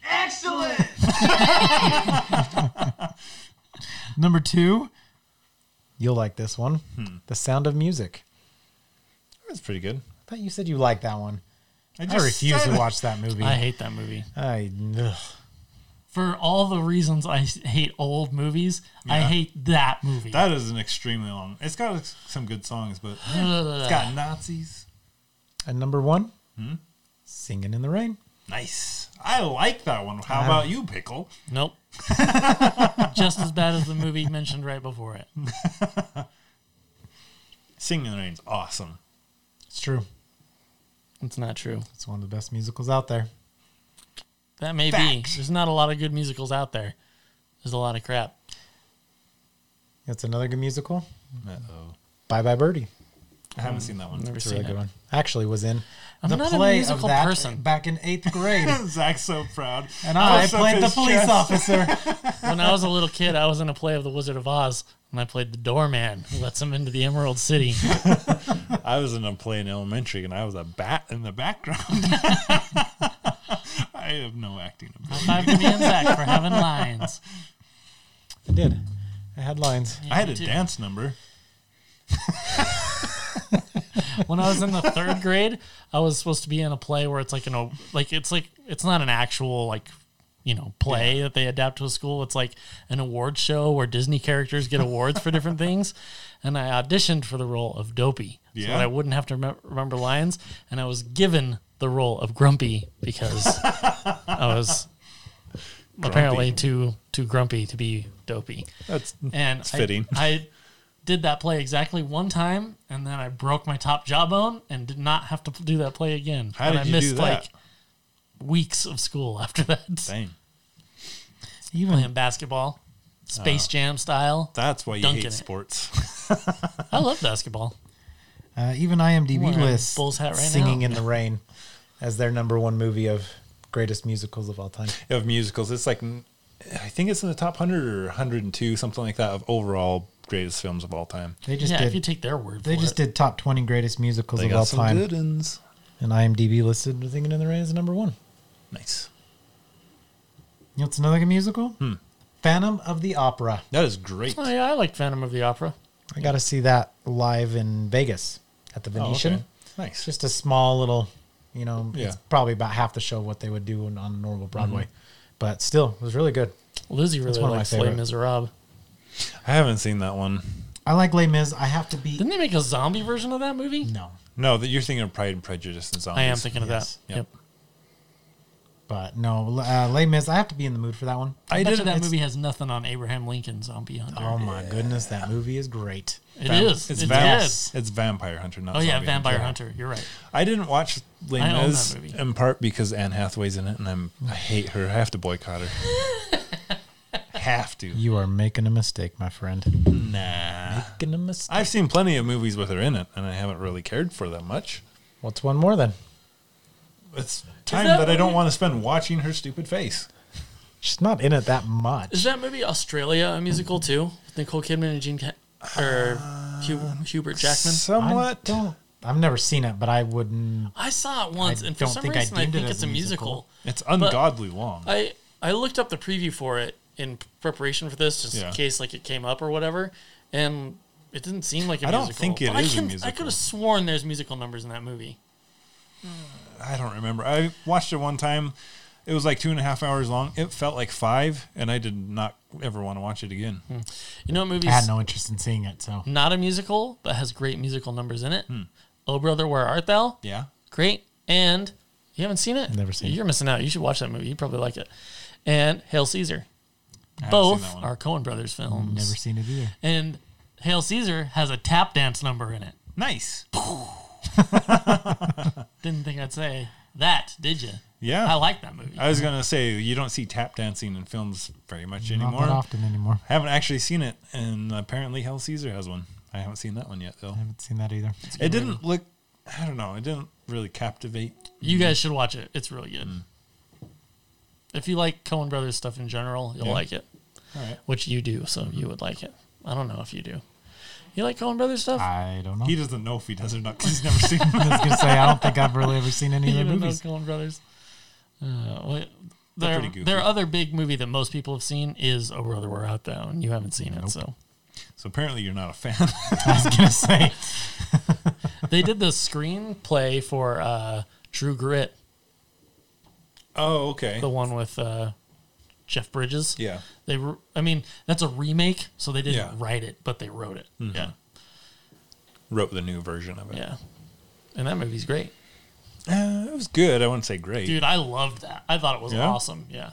D: Excellent!
A: (laughs) Number two, you'll like this one
C: Hmm.
A: The Sound of Music.
B: It's pretty good.
A: I thought you said you liked that one. I,
B: just
A: refuse
B: said
A: to
B: it.
A: watch that movie.
C: I
A: I,
C: hate that movie.
A: ugh.
C: For all the reasons I s- hate old movies, I hate that movie.
B: That is an extremely long. It's got some good songs, but it's got Nazis.
A: And number one,
C: Hmm?
A: Singing in the Rain.
B: Nice. I like that one. How about you, Pickle?
C: (laughs) nope. Just as bad as the movie mentioned right before it.
B: Singing in the Rain's awesome.
A: It's true.
C: It's not true.
A: It's one of the best musicals out there.
C: That may be. There's not a lot of good musicals out there. There's a lot of crap.
A: That's another good musical.
B: Uh-oh.
A: Bye Bye Birdie.
B: I haven't seen that one. (laughs)
C: Never
A: It's a
C: seen
A: really good
C: it.
A: one. Actually, was in
C: I'm
A: the
C: not a
A: play
C: musical
A: of that
C: person.
A: back in eighth grade,
G: Zach's so proud.
A: and Ah, I,
G: I'll suck
A: played the
G: his
A: police
G: chest.
A: officer.
C: When I was a little kid, I was in a play of The Wizard of Oz, and I played the doorman who lets him into the Emerald City.
B: I was in a play in elementary, and I was a bat in the background. (laughs)
G: I have no acting ability.
C: High five to me and Zach for having lines.
A: I did. I had lines.
B: I had
C: me
B: a
C: too.
B: dance number.
C: When I was in the third grade, I was supposed to be in a play where it's like an o- like it's like it's not an actual like you know play that they adapt to a school. It's like an award show where Disney characters get awards for different things. And I auditioned for the role of Dopey so
B: Yeah.
C: that I wouldn't have to remem- remember lines, and I was given the role of Grumpy because I was apparently too too grumpy to be dopey.
B: That's
C: And I,
B: fitting.
C: I did that play exactly one time, and then I broke my top jawbone and did not have to do that play again.
B: How
C: and
B: did
C: I
B: you do
C: missed
B: that?
C: like weeks of school after that. (laughs)
B: dang.
C: Playing basketball, Space
B: Oh.
C: Jam style.
B: That's why you
C: Dunking
B: hate
C: it.
B: sports. (laughs)
C: I love basketball.
A: Uh, even IMDb
C: Wearing
A: lists
C: Bulls hat right
A: "Singing
C: now.
A: in the Rain" as their number one movie of greatest musicals of all time.
B: of musicals, it's like I think it's in the top hundred or 102, something like that, of overall greatest films of all time.
A: They just
C: yeah, if you
A: did.
C: take their word,
A: They
C: for
A: just
C: it.
A: did top twenty greatest musicals
B: They
A: of all
B: got some
A: time,
B: good ones.
A: and IMDb listed "Singing in the Rain" as number one.
B: Nice.
A: You know, it's another good musical.
B: Hmm.
A: Phantom of the Opera.
B: That is great.
C: Oh yeah, I liked Phantom of the Opera.
A: I got to see that live in Vegas at the
B: Oh, okay.
A: Venetian.
B: Nice.
A: Just a small little, you know,
B: Yeah.
A: it's probably about half the show what they would do on- on normal Broadway,
B: Mm-hmm.
A: but still, it was really good.
C: Lizzie really
A: one of my
C: liked Les
A: favorite.
C: Miserables.
B: I haven't seen that one.
A: I like Les Mis. I have to be
C: Didn't they make a zombie version of that movie?
A: no,
B: No, that you're thinking of Pride and Prejudice and zombies.
C: I am thinking of
A: Yes.
C: that.
B: Yep.
C: Yep.
A: but no, uh, Les Mis. I have to be in the mood for that one.
C: I, bet you
A: didn't-
C: that
A: it's-
C: movie has nothing on Abraham Lincoln zombie hunter.
A: Oh my goodness, that movie is great.
C: it
B: Vamp-
C: is.
B: It's,
C: It
B: vamp-
C: is.
B: it's Vampire Hunter, not
C: Oh yeah,
B: Zombie
C: Vampire Hunter. You're right.
B: I didn't watch Les
C: I own that
B: Mis
C: movie.
B: in part because Anne Hathaway's in it, and I'm I hate her. I have to boycott her.
C: (laughs)
B: have to.
A: You are making a mistake, my friend.
B: Nah.
A: Making a mistake.
B: I've seen plenty of movies with her in it, and I haven't really cared for that much.
A: What's one more then?
B: It's time
C: that
B: that, I don't
C: really-
B: want to spend watching her stupid face.
A: She's not in it that
C: Is
A: much.
C: that movie Australia a musical too? With Nicole Kidman and Gene Ca- or Hu- Hubert Jackman.
A: I
B: Somewhat.
A: don't. I've never seen it, but I wouldn't.
C: I saw it once,
A: I
C: and for
A: don't
C: some
A: think I
C: reason I,
A: deemed it
C: think
A: as
C: it's
A: a
C: a
A: musical.
C: musical.
B: It's ungodly long.
C: I I looked up the preview for it in preparation for this, just
B: Yeah.
C: in case like it came up or whatever, and it didn't seem like a
B: I don't
C: musical.
B: think it
C: but I
B: is a
C: can- I
B: musical.
C: could have sworn there's musical numbers in that movie.
B: I don't remember. I watched it one time. It was like two and a half hours long. It felt like five, and I did not ever want to watch it again.
A: Hmm.
C: You know what movie's
A: I had no interest in seeing it, so
C: not a musical but has great musical numbers in it?
B: Hmm.
C: Oh brother, where art thou?
B: Yeah.
C: great. And you haven't seen it?
A: Never seen it.
C: You're missing out. You should watch that movie. You probably like it. And Hail
B: I
C: Caesar.
B: haven't seen that
C: Both
B: one.
C: are Coen Brothers films.
A: never seen it either.
C: And Hail Caesar has a tap dance number in it.
B: Nice.
C: Didn't think I'd say that, did you?
B: Yeah.
C: I like that movie.
B: I was gonna say you don't see tap dancing in films very much anymore.
A: Not that often anymore.
B: I haven't actually seen it, and apparently Hell Caesar has one. I haven't seen that one yet though.
A: I haven't seen that either.
B: It didn't look. I don't know. It didn't really captivate.
C: you guys should watch it. It's really
B: Mm.
C: good. If you like Coen Brothers stuff in general, you'll
B: Yeah.
C: like it.
B: All right.
C: Which you do, so you would like it. I don't know if you do. You like Coen Brothers stuff?
A: I don't know. (laughs)
B: He doesn't know if he does or not because he's (laughs) never seen it.
A: I was gonna say I don't think I've really ever seen
B: (laughs)
A: any
C: You
A: of their
C: don't know
A: movies.
C: Coen Brothers. Uh, well, their,
B: pretty goofy.
C: their other big movie that most people have seen is Oh Brother We're Out Thou, and you haven't seen it. So
B: So apparently you're not a fan.
A: I was gonna say
C: they did the screenplay for uh, True Grit,
B: (laughs) oh, okay.
C: the one with uh, Jeff Bridges.
B: Yeah.
C: they. Re- I mean, that's a remake, so they didn't
B: Yeah. Mm-hmm.
C: write it, but they wrote it. Yeah,
B: Wrote the new version of it.
C: yeah, and that movie's great,
B: Uh, it was good. I wouldn't say great,
C: dude. I loved that. I thought it was
B: Yeah?
C: awesome. Yeah,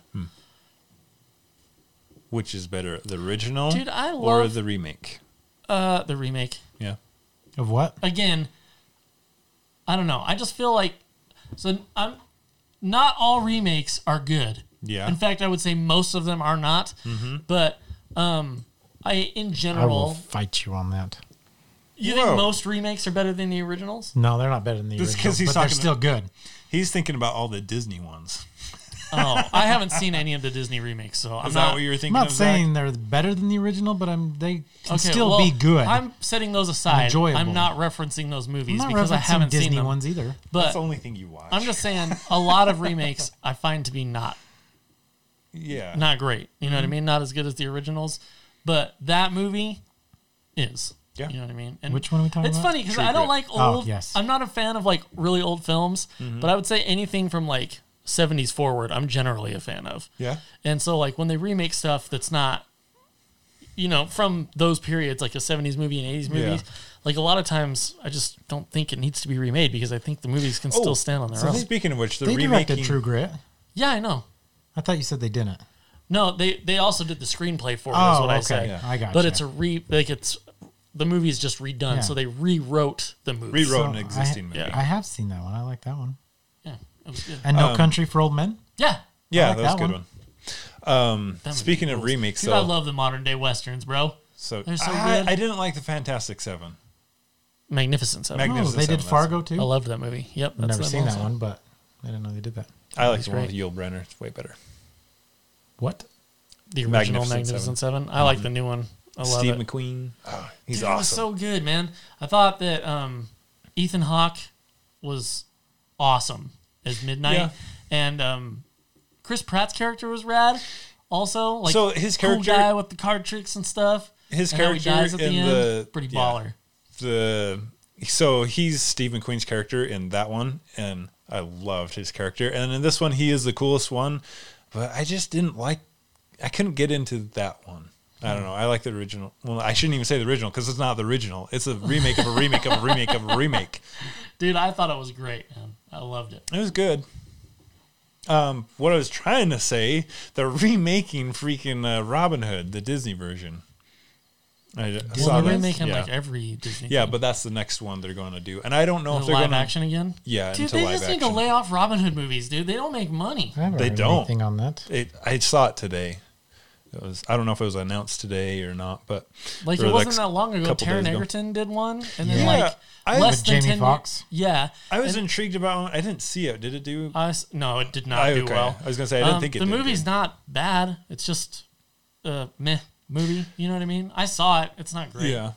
B: which is better, the original
C: Dude, I
B: or
C: love-
B: the remake?
C: uh, the remake.
B: Yeah.
A: of what?
C: again, I don't know. I just feel like so I'm not all remakes are good.
B: Yeah. Mm-hmm.
C: In fact, I would say most of them are not. But um I in
A: I will
C: general
A: fight you on that.
C: You think
B: Whoa.
C: most remakes are better than the originals?
A: No, they're not better than the
B: Just 'cause
A: original,
B: he's
A: but they're
B: talking to-
A: still good.
B: He's thinking about all the Disney ones.
C: Oh, I haven't seen any of the Disney remakes, so I'm
B: Is
C: not.
B: that what you were
A: I'm
B: thinking?
A: not
B: of, Zach?
A: saying they're better than the original, but I'm they can
C: Okay,
A: still
C: well,
A: be good. I'm,
C: I'm setting those aside.
A: Enjoyable.
C: I'm not referencing those movies
A: not
C: because I
A: referencing
C: haven't
A: Disney
C: seen them.
A: ones either.
C: But
B: that's the only thing you watch.
C: I'm just saying a lot of remakes I find to be not
B: yeah.
C: not great. You
A: Mm-hmm.
C: know what I mean? Not as good as the originals. But that movie is.
B: Yeah.
C: You know what I mean? And
A: Which one are we talking
C: it's
A: about?
C: funny because
B: True
C: I don't
B: Grit.
C: like
A: Oh,
C: old.
A: yes. Mm-hmm.
C: I'm not a fan of like really old films, but I would say anything from like 70s forward, I'm generally a fan of.
B: yeah.
C: And so like when they remake stuff that's not you know, from those periods, like a seventies movie and eighties movies,
B: Yeah.
C: like a lot of times I just don't think it needs to be remade because I think the movies can
B: Oh,
C: still stand on their
B: So
C: own.
B: speaking of which, the
A: They
B: remaking.
A: directed True Grit.
C: yeah, I know.
A: I thought you said they didn't.
C: No, they they also did the screenplay for it, is
A: Oh,
C: what
A: okay.
C: I say.
B: Yeah.
A: I got
C: But it's a re like it's the movie is just redone,
A: Yeah.
C: so they rewrote the movie.
B: Rewrote. an existing
A: I,
B: movie.
A: I have seen that one. I like that one.
C: Yeah, it was good.
A: And No
B: Um,
A: Country for Old Men.
C: yeah.
B: Yeah,
A: like
B: that was a
A: that
B: good
A: one.
B: one.
C: that movie
B: Speaking of
C: rules.
B: remakes,
C: Dude, I
B: though,
C: love the modern day westerns, bro.
B: so,
C: They're so
B: I,
C: good.
B: I didn't like the Fantastic Seven.
C: Magnificent Seven.
B: Magnificent
A: Oh, they
B: Seven,
A: did
B: that's-
A: Fargo too.
C: I loved that movie. Yep,
A: I've
C: that's
A: never
C: them
A: seen that
C: also.
A: one, but I didn't know they did that.
B: I like the one with
C: great.
B: Yul Brenner. It's way better.
A: What?
C: The original
B: Magnificent
C: Magnificent, Seven. I like the new one. I love
B: Steve
C: it.
B: McQueen. Oh, he's
C: Dude, It was
B: awesome.
C: so good, man. I thought that um, Ethan Hawke was awesome as Midnight,
B: Yeah.
C: and um, Chris Pratt's character was rad. Also, like
B: So his character-
C: cool guy with the card tricks and stuff.
B: His
C: and how he
B: character
C: dies at the
B: in
C: end,
B: the-
C: pretty
B: yeah.
C: baller.
B: the so he's Steve McQueen's character in that one, and I loved his character. And in this one, he is the coolest one, but I just didn't like. I couldn't get into that one. I
C: Hmm.
B: don't know. I like the original. Well, I shouldn't even say the original because it's not the original. It's a remake of a remake of a remake of a remake.
C: Dude, I thought it was great, man. I loved it.
B: It was good. Um, what I was trying to say, they're remaking freaking uh, Robin Hood, the Disney version. I ju- I
C: Well,
B: saw
C: they're
B: that.
C: remaking
B: yeah.
C: like every Disney.
B: yeah,
C: thing.
B: but that's the next one they're going to do, and I don't know if
C: Into
B: they're
C: live
B: going to
C: action again.
B: Yeah,
C: dude,
B: into
C: they
B: live
C: just need to
B: action.
C: lay off Robin Hood movies, dude. They don't make money.
A: I haven't
B: They
A: heard
B: don't.
A: anything on that.
B: It, I saw it today. It was I don't know if it was announced today or not, but
C: Like
B: or
C: it wasn't
B: s-
C: that long ago.
B: couple
C: Taron
B: days ago.
C: Egerton did one, and then
A: Yeah.
C: like
B: Yeah, I-
C: less
A: With
C: than
A: Jamie
C: ten.
A: Foxx?
C: Yeah,
B: I was intrigued about. one. I didn't see it. Did it do?
C: I was- no, it did not
B: I,
C: do
B: okay.
C: well.
B: I was gonna say I didn't
C: Um,
B: think it.
C: the
B: did
C: movie's
B: good.
C: not bad. It's just a meh movie. You know what I mean? I saw it. It's not great.
B: Yeah,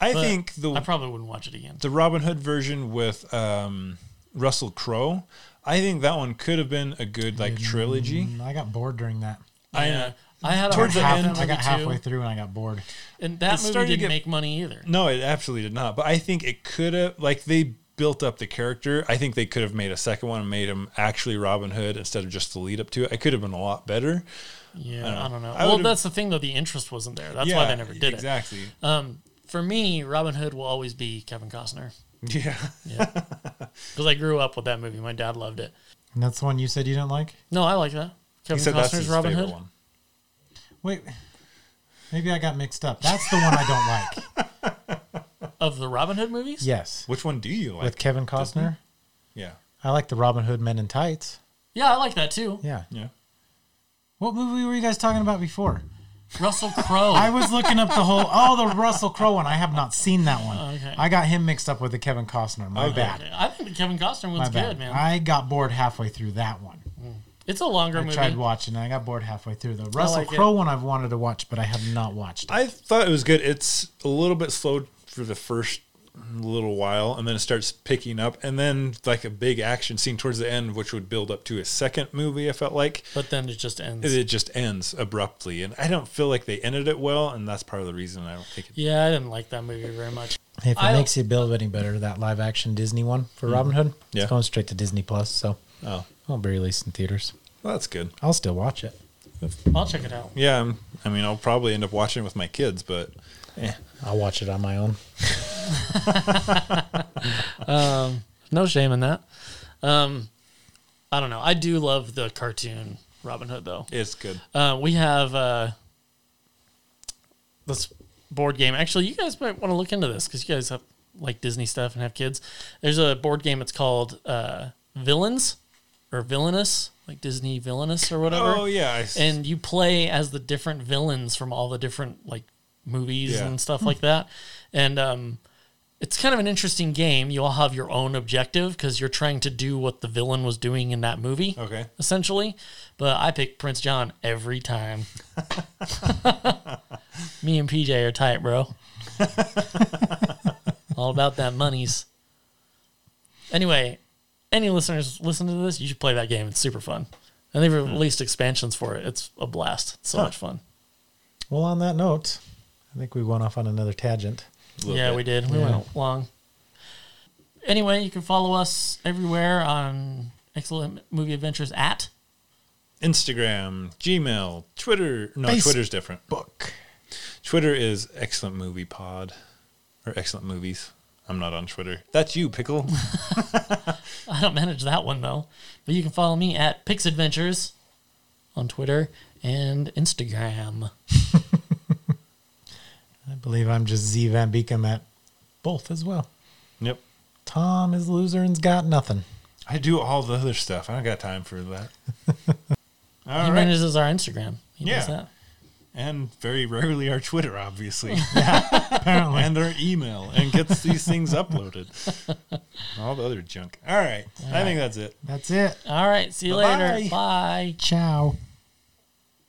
B: I
C: but
B: think the
C: I probably wouldn't watch it again.
B: the Robin Hood version with um, Russell Crowe. I think that one could have been a good like trilogy.
A: Mm, I got bored during that.
B: I
C: Yeah. I had a
B: Towards the
C: hard
B: end,
C: time with
A: I got
C: it,
A: halfway
C: too,
A: through and I got bored.
C: and
B: It
C: that movie
B: started to
C: didn't
B: get-
C: make money either.
B: No, it absolutely did not. But I think it could have, like, they built up the character. I think they could have made a second one and made him actually Robin Hood instead of just the lead up to it. It could have been a lot better. don't
C: Yeah,
B: know.
C: I don't know.
B: I
C: well,
B: would've-
C: that's the thing though. The interest wasn't there. That's why they never did
B: exactly.
C: it. Um, for me, Robin Hood will always be Kevin Costner
B: (laughs) Yeah.
C: because I grew up with that movie. My dad loved it.
A: And that's the one you said you didn't like?
C: No, I like that.
B: He
C: Kevin
B: said that's
C: Costner's
B: his
C: Robin
B: favorite
C: Hood.
B: one.
A: Wait. Maybe I got mixed up. That's the one I don't like.
B: (laughs)
C: Of the Robin Hood movies?
A: Yes.
B: Which one do you like?
A: With Kevin Costner.
B: yeah.
A: I like the Robin Hood Men in Tights.
C: Yeah, I like that too.
A: Yeah.
B: Yeah.
A: What movie were you guys talking about before?
C: Russell Crowe.
A: (laughs) I was looking up the whole (laughs) oh the Russell Crowe one. I have not seen that one.
C: Oh, Okay.
A: I got him mixed up with the Kevin Costner. My bad.
C: Okay, I think the Kevin Costner
A: My
C: one's
A: bad.
C: good, man.
A: I got bored halfway through that one.
C: it's a longer
A: I
C: movie.
A: tried watching and I got bored halfway through. The Russell
C: like it.
A: Crowe one I've wanted to watch, but I have not watched. it.
B: I thought it was good. It's a little bit slow for the first little while and then it starts picking up and then like a big action scene towards the end which would build up to a second movie i felt like
C: but then it just ends.
B: it just ends abruptly and i don't feel like they ended it well and that's part of the reason i don't think it
C: yeah, I didn't like that movie very much.
A: If it
C: I-
A: makes you build any better, that live action Disney one for Robin Hood,
B: Yeah.
A: it's going straight to Disney Plus, so
B: oh
A: won't be released in theaters.
B: well, that's good
A: I'll still watch it.
C: I'll check it out.
B: yeah I'm, i mean i'll probably end up watching it with my kids but
A: I'll watch it on my own.
C: No shame in that. Um, I don't know. I do love the cartoon Robin Hood though.
B: it's good
C: Uh, we have uh, this board game. Actually, you guys might want to look into this because you guys have like Disney stuff and have kids. There's a board game. It's called uh, Villains or Villainous, like Disney Villainous or whatever.
B: oh yeah I s-
C: And you play as the different villains from all the different like movies
B: Yeah.
C: and stuff like that. And um, it's kind of an interesting game. You all have your own objective because you're trying to do what the villain was doing in that movie,
B: Okay.
C: essentially. But I pick Prince John every time. Me and PJ are tight, bro. all about that monies. Anyway, any listeners listen to this, you should play that game. It's super fun. And they've released expansions for it. It's a blast. It's so much fun.
A: Well, on that note, I think we went off on another tangent.
C: Yeah, we did. We went long. Anyway, you can follow us everywhere on Excellent Movie Adventures at. (laughs)
B: Instagram, Gmail, Twitter. No,
A: Face-
B: Twitter's different. Book. Twitter is excellent movie pod or excellent movies. I'm not on Twitter. That's you, Pickle. (laughs)
C: I don't manage that one though, but you can follow me at Pix Adventures on Twitter and Instagram.
A: I believe I'm just Z Van Beekum at both as well.
B: yep.
A: Tom is a loser and's got nothing.
B: I do all the other stuff. I don't got time for (laughs) that. All
C: he
B: right.
C: manages our Instagram. He
B: Yeah.
C: does that.
B: and very rarely our Twitter, obviously. (laughs) Apparently. And our email and gets these things (laughs) uploaded. All the other junk. All right. I think that's it.
A: That's it.
C: All right. See you
B: Bye-bye.
C: later. Bye.
A: Ciao.